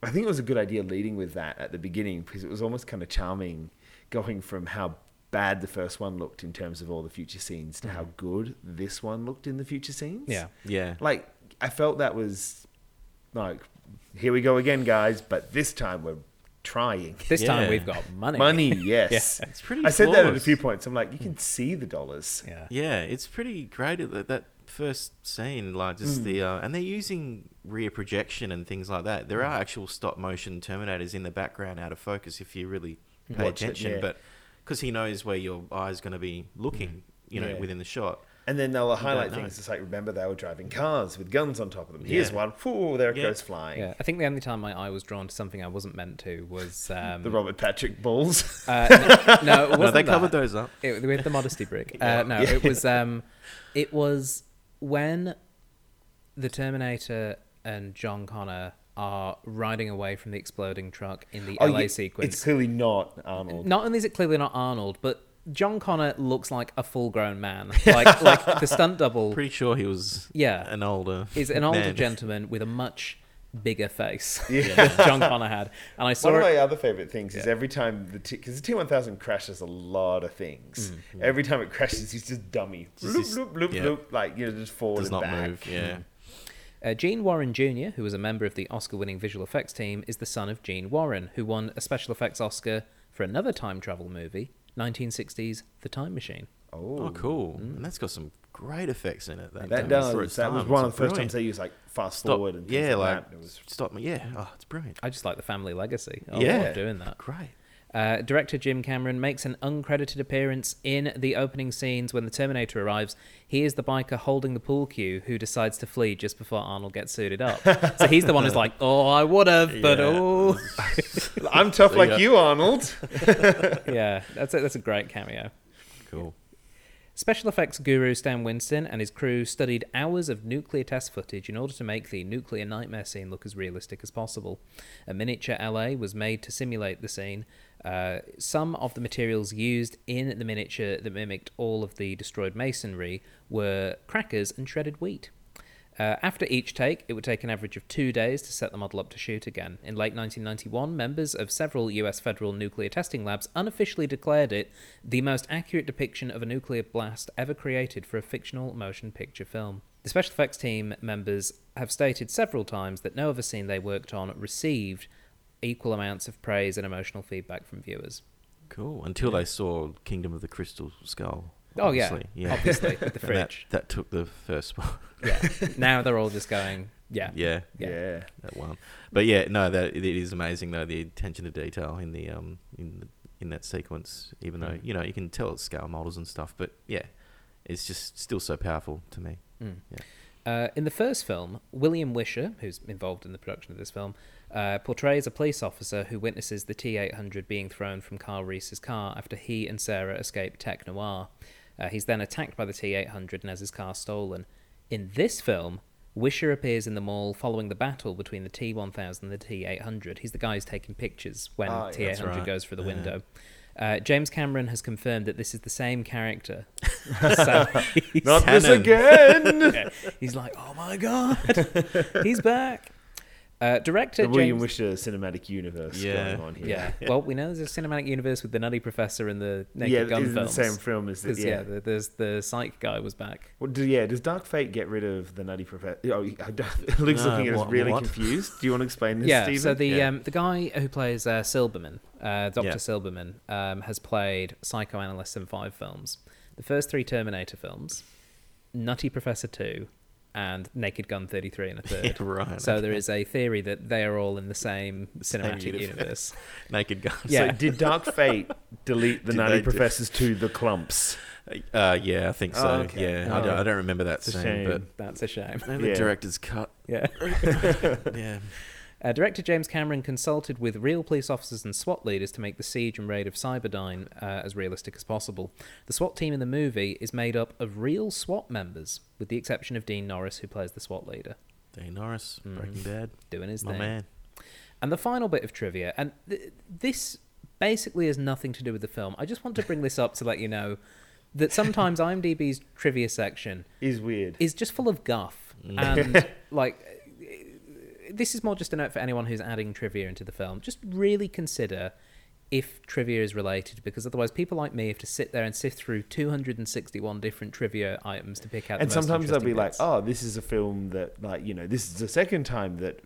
Speaker 2: I think it was a good idea leading with that at the beginning because it was almost kind of charming, going from how bad the first one looked in terms of all the future scenes to how
Speaker 3: Mm.
Speaker 2: good this one looked in the future scenes.
Speaker 1: Yeah.
Speaker 3: yeah.
Speaker 2: Like I felt that was like, here we go again, guys, but this time we're trying. [laughs]
Speaker 1: This time
Speaker 3: Yeah.
Speaker 1: we've got money.
Speaker 2: Money, yes.
Speaker 3: it's pretty
Speaker 2: I said that at a
Speaker 3: flawless.
Speaker 2: few points. I'm like, you can see the dollars.
Speaker 1: [laughs] Yeah.
Speaker 3: Yeah, it's pretty great that that first scene, like just
Speaker 2: Hmm.
Speaker 3: the uh, and they're using rear projection and things like that. There
Speaker 2: Hmm.
Speaker 3: are actual stop motion Terminators in the background, out of focus if you really pay
Speaker 2: Watch it,
Speaker 3: attention.
Speaker 2: yeah. Hmm.
Speaker 3: But because he knows where your eye's going to be looking, you know,
Speaker 2: Yeah.
Speaker 3: within the shot.
Speaker 2: And then they'll highlight
Speaker 3: know.
Speaker 2: things. It's like, remember, they were driving cars with guns on top of them. Here's
Speaker 3: Yeah.
Speaker 2: one. Whoo, there it
Speaker 3: Yeah.
Speaker 2: goes flying.
Speaker 1: Yeah, I think the only time my eye was drawn to something I wasn't meant to was um,
Speaker 2: The Robert Patrick
Speaker 1: [laughs]
Speaker 2: balls.
Speaker 1: uh, n- no, it wasn't
Speaker 3: No, they
Speaker 1: that.
Speaker 3: covered those up.
Speaker 1: It, with the modesty brick. Uh, no, it was um, it was when the Terminator and John Connor are riding away from the exploding truck in the
Speaker 2: Oh,
Speaker 1: LA
Speaker 2: you-
Speaker 1: sequence.
Speaker 2: It's clearly not Arnold.
Speaker 1: Not only is it clearly not Arnold, but John Connor looks like a full-grown man, like like the stunt double
Speaker 3: Pretty sure he was
Speaker 1: Yeah.
Speaker 3: an older
Speaker 1: is an older
Speaker 3: man.
Speaker 1: gentleman with a much bigger face [laughs] than John Connor had, and I saw
Speaker 2: One of my
Speaker 1: it.
Speaker 2: other favorite things is every time the because the T one thousand crashes a lot of things. Every time it crashes, he's just dummy,
Speaker 3: Mm, Just
Speaker 2: loop
Speaker 3: this-
Speaker 2: loop loop
Speaker 3: yeah.
Speaker 2: loop, like you know, just forward
Speaker 3: Does
Speaker 2: and
Speaker 3: not
Speaker 2: back. Hmm.
Speaker 3: move. Yeah.
Speaker 1: Uh, Gene Warren Jr., who was a member of the Oscar-winning visual effects team, is the son of Gene Warren, who won a special effects Oscar for another time travel movie, 1960s The Time Machine.
Speaker 2: Oh,
Speaker 3: Oh, cool. And that's got some great effects in it. That,
Speaker 2: that
Speaker 3: um,
Speaker 2: does.
Speaker 3: for its
Speaker 2: That was
Speaker 3: time.
Speaker 2: one of
Speaker 3: It's
Speaker 2: the first
Speaker 3: brilliant.
Speaker 2: times they used like fast
Speaker 3: Stop.
Speaker 2: forward and things
Speaker 3: yeah,
Speaker 2: like,
Speaker 3: like,
Speaker 2: that. It was
Speaker 3: stop me. Yeah. Oh, it's brilliant.
Speaker 1: I just like the family legacy. I
Speaker 3: Yeah.
Speaker 1: love doing that.
Speaker 3: Great.
Speaker 1: Uh, director Jim Cameron makes an uncredited appearance in the opening scenes when the Terminator arrives. He is the biker holding the pool cue who decides to flee just before Arnold gets suited up. so he's the one who's like, "Oh, I would have, but
Speaker 3: [laughs] Yeah.
Speaker 1: oh, [laughs]
Speaker 2: I'm tough
Speaker 3: So,
Speaker 2: like
Speaker 3: [laughs] yeah.
Speaker 2: you, Arnold.
Speaker 1: yeah." That's a, that's a great cameo.
Speaker 3: Cool.
Speaker 1: Special effects guru Stan Winston and his crew studied hours of nuclear test footage in order to make the nuclear nightmare scene look as realistic as possible. A miniature LA was made to simulate the scene. Uh, some of the materials used in the miniature that mimicked all of the destroyed masonry were crackers and shredded wheat. Uh, after each take, it would take an average of two days to set the model up to shoot again. In late 1991, members of several US federal nuclear testing labs unofficially declared it the most accurate depiction of a nuclear blast ever created for a fictional motion picture film. The special effects team members have stated several times that no other scene they worked on received equal amounts of praise and emotional feedback from viewers.
Speaker 3: Cool. Until they saw Kingdom of the Crystal Skull.
Speaker 1: Oh, yeah.
Speaker 3: obviously. yeah. [laughs]
Speaker 1: Obviously, with the
Speaker 3: And that,
Speaker 1: fridge.
Speaker 3: that took the first spot.
Speaker 1: Yeah. now they're all just going, [laughs] yeah.
Speaker 3: [laughs] yeah.
Speaker 1: Yeah.
Speaker 2: yeah.
Speaker 3: that one. But yeah, no, that it is amazing though the attention to detail in the um in the, in that sequence. Even
Speaker 1: Mm.
Speaker 3: though you know you can tell it's scale models and stuff, but yeah, it's just still so powerful to
Speaker 1: [laughs]
Speaker 3: me.
Speaker 1: Uh, in the first film, William Wisher, who's involved in the production of this film, uh, portrays a police officer who witnesses the T 800 being thrown from Carl Reese's car after he and Sarah escape Tech Noir. Uh, he's then attacked by the T 800 and has his car stolen. In this film, Wisher appears in the mall following the battle between the T 1000 and the T 800. He's the guy who's taking pictures when
Speaker 2: Ah, yeah,
Speaker 1: T 800
Speaker 3: right.
Speaker 1: goes for the
Speaker 3: Yeah.
Speaker 1: window. Uh, James Cameron has confirmed that this is the same
Speaker 2: [laughs]
Speaker 1: character. [laughs] so he's-
Speaker 2: Not this
Speaker 3: Cannon. [laughs]
Speaker 2: again.
Speaker 1: [laughs] yeah. He's like, oh my god, he's back. Uh, director
Speaker 2: the William
Speaker 1: James-
Speaker 2: Wisher cinematic universe
Speaker 3: Yeah.
Speaker 2: going on here.
Speaker 1: Yeah. Well, we know there's a cinematic universe with the Nutty Professor and the
Speaker 2: yeah,
Speaker 1: Naked
Speaker 2: it's
Speaker 1: Gun
Speaker 2: in the
Speaker 1: films.
Speaker 2: same film as this.
Speaker 1: Because yeah, the, there's the psych guy was back.
Speaker 2: Well, do, yeah, does Dark Fate get rid of the Nutty Professor? Oh, [laughs] I don't- Luke's
Speaker 3: No,
Speaker 2: looking at us
Speaker 3: what-
Speaker 2: really
Speaker 3: what?
Speaker 2: confused. Do you want to explain this,
Speaker 1: yeah.
Speaker 2: Stephen?
Speaker 1: So the
Speaker 3: Yeah.
Speaker 1: um, the guy who plays uh, Silberman, uh, Doctor
Speaker 3: Yeah.
Speaker 1: Silberman, um, has played psychoanalyst in five films. The first three Terminator films, Nutty Professor two, and Naked Gun thirty three and a third.
Speaker 3: [laughs] Yeah, right.
Speaker 1: So there is a theory that they are all in the same
Speaker 3: same
Speaker 1: cinematic
Speaker 3: universe.
Speaker 1: universe.
Speaker 3: Naked Gun.
Speaker 1: yeah.
Speaker 2: So did Dark
Speaker 1: [laughs]
Speaker 2: Fate delete the
Speaker 3: Did
Speaker 2: Nutty
Speaker 3: they do-
Speaker 2: Professors to the clumps?
Speaker 3: [laughs] Uh, yeah, I think so.
Speaker 2: Oh, okay.
Speaker 3: Yeah, I, don't,
Speaker 1: Oh.
Speaker 3: I don't remember that
Speaker 2: It's a
Speaker 3: scene,
Speaker 2: shame.
Speaker 1: That's a shame. [laughs]
Speaker 3: but maybe
Speaker 2: Yeah.
Speaker 3: the director's cut.
Speaker 1: Yeah. [laughs]
Speaker 3: Yeah,
Speaker 1: Uh, director James Cameron consulted with real police officers and SWAT leaders to make the siege and raid of Cyberdyne uh, as realistic as possible. The SWAT team in the movie is made up of real SWAT members, with the exception of Dean Norris, who plays the SWAT leader,
Speaker 3: Dean Norris,
Speaker 1: Mm.
Speaker 3: Breaking Bad,
Speaker 1: doing his
Speaker 3: my
Speaker 1: thing.
Speaker 3: man.
Speaker 1: And the final bit of trivia, and th- this basically has nothing to do with the film. I just want to bring this up to let you know that sometimes IMDb's trivia section
Speaker 2: Is weird.
Speaker 1: is just full of guff
Speaker 2: Mm. [laughs]
Speaker 1: and like this is more just a note for anyone who's adding trivia into the film just really consider if trivia is related because otherwise people like me have to sit there and sift through 261 different trivia items to pick out
Speaker 2: and
Speaker 1: the most
Speaker 2: sometimes they'll be
Speaker 1: interesting
Speaker 2: like,
Speaker 1: bits.
Speaker 2: "Oh, this is a film that, like, you know, this is the second time that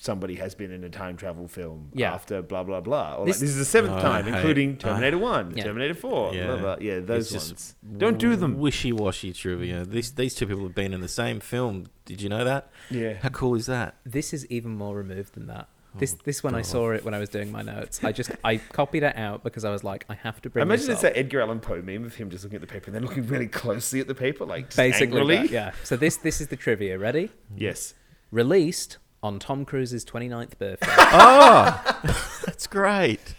Speaker 2: somebody has been in a time travel film
Speaker 1: Yeah.
Speaker 2: after blah blah blah." Or
Speaker 1: This- Ah.
Speaker 2: like, "This is the seventh
Speaker 3: Oh,
Speaker 2: time,
Speaker 3: I hate-
Speaker 2: including
Speaker 3: I-
Speaker 2: Terminator One,
Speaker 1: Yeah.
Speaker 2: Terminator Four,
Speaker 3: Yeah.
Speaker 2: blah blah." Yeah, those
Speaker 3: It's just
Speaker 2: ones. Don't do them.
Speaker 3: Wishy-washy trivia. These these two people have been in the same film. Did you know that?
Speaker 2: Yeah.
Speaker 3: How cool is that?
Speaker 1: this is even more removed than that this
Speaker 3: Oh,
Speaker 1: this when I
Speaker 3: God.
Speaker 1: saw it when I was doing my notes I just I copied it out because I was like I have to bring
Speaker 2: Imagine
Speaker 1: this
Speaker 2: it's
Speaker 1: up.
Speaker 2: that Edgar Allan Poe meme of him just looking at the paper and then looking really closely at the paper, like just
Speaker 1: basically
Speaker 2: angrily.
Speaker 1: that, yeah so this this is the trivia ready
Speaker 2: Yes.
Speaker 1: released on Tom Cruise's 29th birthday.
Speaker 3: oh, that's great.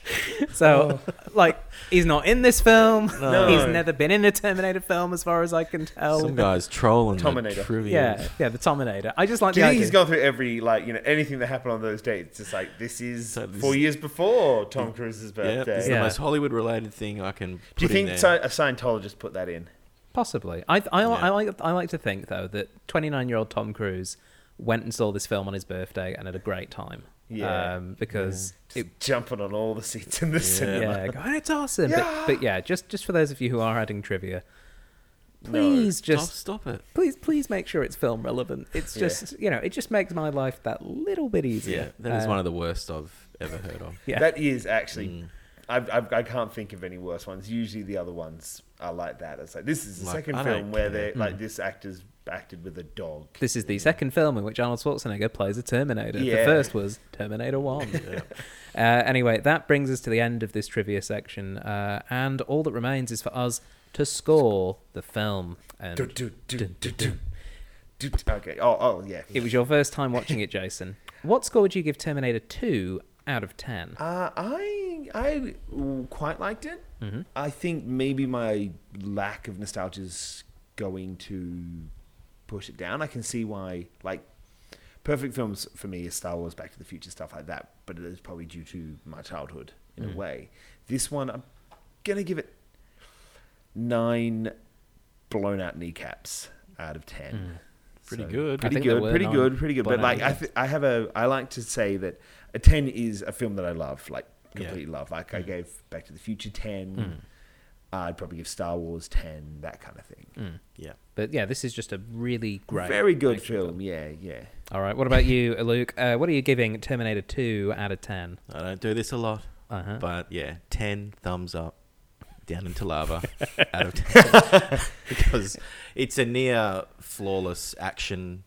Speaker 1: So, [laughs] like, he's not in this film. [laughs]
Speaker 3: No.
Speaker 1: He's never been in a Terminator film, as far as I can tell.
Speaker 3: Some guys trolling the
Speaker 2: Oh. Terminator.
Speaker 3: trivia.
Speaker 1: yeah, yeah, the Terminator. I just like
Speaker 2: Do
Speaker 1: the
Speaker 2: you think
Speaker 1: idea.
Speaker 2: he's gone through every like you know anything that happened on those dates? It's like this is
Speaker 3: So this
Speaker 2: four
Speaker 3: is-
Speaker 2: years before Tom Cruise's
Speaker 3: Yeah,
Speaker 2: birthday.
Speaker 3: this is
Speaker 1: Yeah.
Speaker 3: the most Hollywood-related thing I can. Put
Speaker 2: Do you
Speaker 3: in
Speaker 2: think
Speaker 3: there.
Speaker 2: sci- a Scientologist put that in?
Speaker 1: Possibly. I, I,
Speaker 3: Yeah.
Speaker 1: I, like, I like to think, though, that 29 year old Tom Cruise went and saw this film on his birthday and had a great time.
Speaker 2: Yeah.
Speaker 1: Um, because
Speaker 2: Just jumping on all the seats in the
Speaker 1: it,
Speaker 2: cinema.
Speaker 1: yeah, going, it's awesome.
Speaker 2: Yeah.
Speaker 1: But, but yeah, just, just for those of you who are adding trivia,
Speaker 2: No.
Speaker 1: please just
Speaker 3: stop, stop it.
Speaker 1: please please make sure it's film relevant it's
Speaker 2: Yeah.
Speaker 1: just you know it just makes my life that little bit
Speaker 3: Yeah,
Speaker 1: easier
Speaker 3: that is
Speaker 1: Uh,
Speaker 3: one of the worst I've ever heard of.
Speaker 1: yeah
Speaker 2: That is actually.
Speaker 3: Mm.
Speaker 2: I've, I've, I can't think of any worse ones. Usually the other ones are like that. It's like this is the
Speaker 3: Like,
Speaker 2: second
Speaker 3: I don't
Speaker 2: film where they
Speaker 3: care.
Speaker 2: are like this actor's acted with a dog.
Speaker 1: Mm. this is the second film in which arnold schwarzenegger plays a terminator the
Speaker 2: Yeah.
Speaker 1: first was
Speaker 2: [laughs]
Speaker 1: terminator 1 uh, anyway that brings us to the end of this trivia section uh, and all that remains is for us to score the film
Speaker 2: Do,
Speaker 1: and
Speaker 2: do, do, do, do. Do, do. Okay. Oh, oh, yeah.
Speaker 1: it was your first time watching it jason
Speaker 2: [laughs]
Speaker 1: what score would you give terminator 2 out of 10
Speaker 2: Uh, I I quite liked it.
Speaker 3: Mm-hmm.
Speaker 2: I think maybe my lack of nostalgia is going to push it down. I can see why, like, perfect films for me is Star Wars, Back to the Future, stuff like that. But it is probably due to my childhood in
Speaker 3: Mm-hmm.
Speaker 2: a way. This one, I'm gonna give it nine blown out kneecaps out of ten.
Speaker 3: Mm. Pretty
Speaker 2: So-
Speaker 3: good.
Speaker 1: I
Speaker 2: pretty
Speaker 1: think there
Speaker 2: good,
Speaker 1: were
Speaker 2: pretty
Speaker 1: nine
Speaker 2: good, pretty good. But
Speaker 1: blown-out
Speaker 2: like, I,
Speaker 1: weekends.
Speaker 2: th- I have a, I like to say that a ten is a film that I love, like
Speaker 3: Yeah.
Speaker 2: completely love. Like I gave Back to the Future ten. I'd probably give Star Wars ten, that kind of thing.
Speaker 3: Yeah.
Speaker 1: but yeah this is just a really great
Speaker 2: Very good
Speaker 1: action
Speaker 2: film, yeah, yeah.
Speaker 1: All right. What about you, Luke? Uh, what are you giving Terminator 2 out of 10?
Speaker 3: I don't do this a lot,
Speaker 1: Uh-huh.
Speaker 3: but yeah, 10 thumbs up down into lava out of 10. [laughs] because it's a near flawless action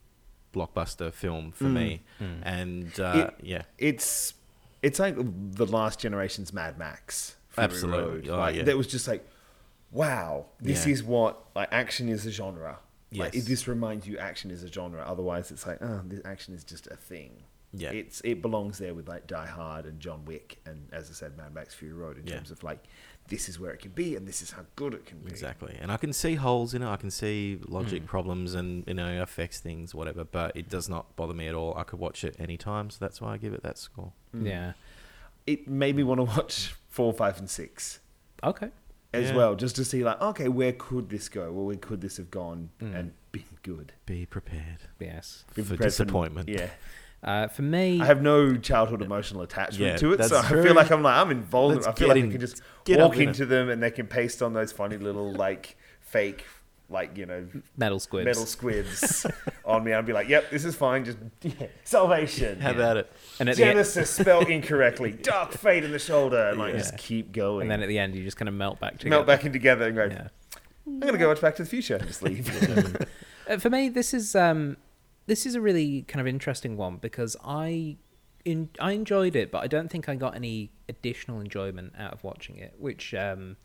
Speaker 3: blockbuster film for me. And uh,
Speaker 2: It-
Speaker 3: yeah,
Speaker 2: It's it's like the last generation's Mad Max. Fury
Speaker 3: Absolutely.
Speaker 2: Road.
Speaker 3: Oh,
Speaker 2: like,
Speaker 3: yeah.
Speaker 2: That was just like, wow, this
Speaker 3: Yeah.
Speaker 2: is what like action is a genre. Like
Speaker 3: Yes.
Speaker 2: this reminds you action is a genre. Otherwise, it's like, oh, this action is just a thing.
Speaker 3: Yeah.
Speaker 2: it's it belongs there with like Die Hard and John Wick and as I said, Mad Max Fury Road in
Speaker 3: Yeah.
Speaker 2: terms of like this is where it can be and this is how good it can be.
Speaker 3: exactly. And I can see holes in it, I can see logic problems and, you know, affects things, whatever, but it does not bother me at all. I could watch it anytime, so that's why I give it that score.
Speaker 2: Hmm.
Speaker 1: Yeah.
Speaker 2: It made me want to watch four, five, and six.
Speaker 1: Okay.
Speaker 2: As
Speaker 3: Yeah.
Speaker 2: well, just to see like, okay, where could this go? Well, where could this have gone
Speaker 3: Mm.
Speaker 2: and been good?
Speaker 3: Be prepared.
Speaker 1: Yes.
Speaker 2: Be
Speaker 3: For
Speaker 2: prepared
Speaker 3: disappointment.
Speaker 2: Yeah,
Speaker 1: Uh, for me,
Speaker 2: I have no childhood emotional attachment
Speaker 3: Yeah,
Speaker 2: to it, so
Speaker 3: that's
Speaker 2: I
Speaker 3: very-
Speaker 2: feel like I'm like I'm involved.
Speaker 3: Let's
Speaker 2: I feel
Speaker 3: get
Speaker 2: like
Speaker 3: in-
Speaker 2: I can just
Speaker 3: get up
Speaker 2: walk
Speaker 3: in it.
Speaker 2: into them and they can paste on those funny little like fake, like you know,
Speaker 1: metal squibs.
Speaker 2: metal squibs [laughs] on me. I'd be like, "Yep, this is fine. Just yeah. salvation."
Speaker 3: How about it?
Speaker 1: and, at the end,
Speaker 2: Genesis spelled
Speaker 3: [laughs]
Speaker 2: incorrectly. Dark fade in the shoulder, and like
Speaker 1: Yeah.
Speaker 2: just keep going.
Speaker 1: and then at the end, you just kind of melt back together.
Speaker 2: melt back in together and go.
Speaker 1: Yeah.
Speaker 2: I'm gonna go watch Back to the Future. and Just leave.
Speaker 3: [laughs]
Speaker 1: Uh, for me, this is um, this is a really kind of interesting one because I in, I enjoyed it, but I don't think I got any additional enjoyment out of watching it, which um,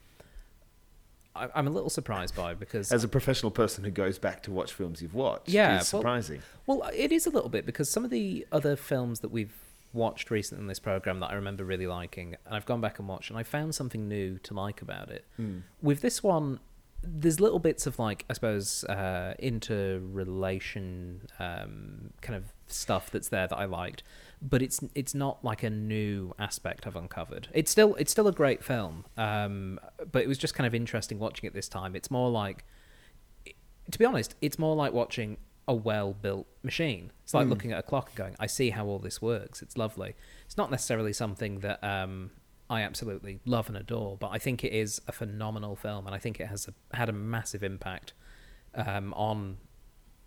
Speaker 1: I, I'm a little surprised by because
Speaker 2: As a professional person who goes back to watch films you've watched,
Speaker 1: Yeah,
Speaker 2: it's
Speaker 1: well-
Speaker 2: surprising.
Speaker 1: Well, it is a little bit because some of the other films that we've watched recently in this program that I remember really liking, and I've gone back and watched, and I found something new to like about it. With this one, there's little bits of like I suppose uh, interrelation um, kind of stuff that's there that I liked, but it's it's not like a new aspect I've uncovered. It's still it's still a great film, um, but it was just kind of interesting watching it this time. It's more like to be honest, it's more like watching a well built machine. It's like looking at a clock and going, I see how all this works. It's lovely. It's not necessarily something that um, I absolutely love and adore, but I think it is a phenomenal film and I think it has a, had a massive impact um, on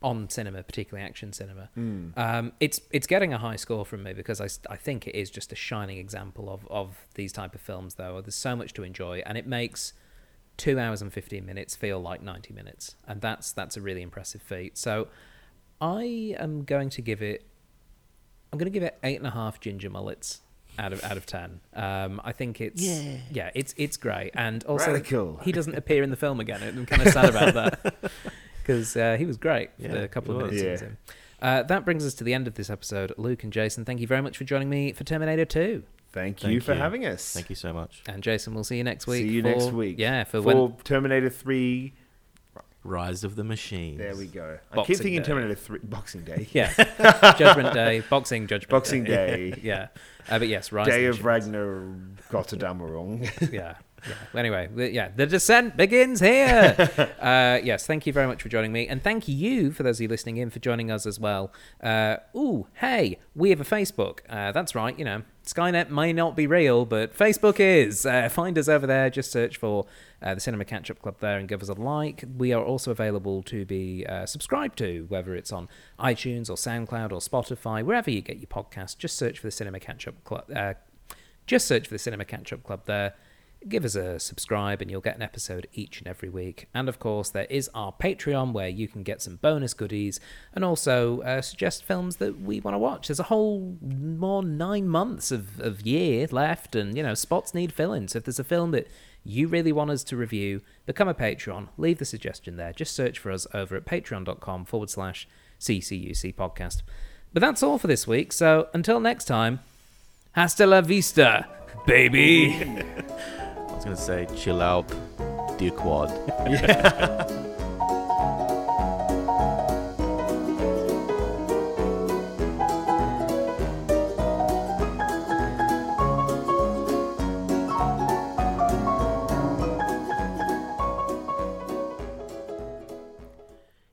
Speaker 1: on cinema, particularly action cinema. Um, it's it's getting a high score from me because I, s- I think it is just a shining example of, of these type of films, though. There's so much to enjoy and it makes two hours and 15 minutes feel like 90 minutes and that's that's a really impressive feat so i am going to give it i'm going to give it eight and a half ginger mullets out of out of ten um i think it's yeah, it's it's great and also
Speaker 2: Radical.
Speaker 1: he doesn't appear in the
Speaker 2: [laughs]
Speaker 1: film again and i'm kind of sad about that because uh, he was great for
Speaker 3: Yeah,
Speaker 1: the couple
Speaker 3: he
Speaker 1: of minutes
Speaker 3: was.
Speaker 1: he
Speaker 2: Yeah.
Speaker 1: was in. Uh, that brings us to the end of this episode. Luke and Jason, thank you very much for joining me for Terminator 2.
Speaker 2: Thank you
Speaker 3: Thank
Speaker 2: for
Speaker 3: you.
Speaker 2: having us.
Speaker 3: Thank you so much.
Speaker 1: And Jason, we'll see you next week.
Speaker 2: See you
Speaker 1: for-
Speaker 2: next week.
Speaker 1: Yeah, for,
Speaker 2: for
Speaker 1: when.
Speaker 2: Terminator Three.
Speaker 3: Rise of the Machines.
Speaker 2: There we go. I
Speaker 1: Boxing
Speaker 2: keep thinking
Speaker 1: Day.
Speaker 2: Terminator Three. Boxing Day.
Speaker 1: Yeah. [laughs] Judgment Day, Boxing Judgment [laughs]
Speaker 2: Boxing
Speaker 1: Day.
Speaker 2: Day.
Speaker 1: Yeah. Uh, but yes, Rise
Speaker 2: Day
Speaker 1: the
Speaker 2: of
Speaker 1: Machines.
Speaker 2: Ragnar
Speaker 1: [laughs]
Speaker 2: Gotterdammerung.
Speaker 1: yeah. yeah. Anyway, th- yeah, the descent begins here. uh, yes, thank you very much for joining me, and thank you for those of you listening in for joining us as well. Uh, ooh, hey, we have a Facebook. Uh, that's right. You know, Skynet may not be real, but Facebook is. Uh, find us over there. Just search for uh, the Cinema Catch Up Club there and give us a like. We are also available to be uh, subscribed to, whether it's on iTunes or SoundCloud or Spotify, wherever you get your podcast. Just search for the Cinema Catch Up Club. Uh, just search for the Cinema Catch Up Club there. Give us a subscribe and you'll get an episode each and every week. And of course, there is our Patreon where you can get some bonus goodies and also uh, suggest films that we want to watch. There's a whole more nine months of, of year left, and you know, spots need filling. So if there's a film that you really want us to review, become a patron, leave the suggestion there. Just search for us over at patreon.com forward slash CCUC podcast. But that's all for this week. So until next time. Hasta la vista, baby.
Speaker 3: I was going to say, chill out, dear quad.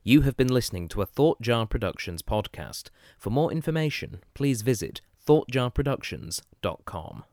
Speaker 1: You have been listening to a Thought Jar Productions podcast. For more information, please visit thoughtjarproductions.com.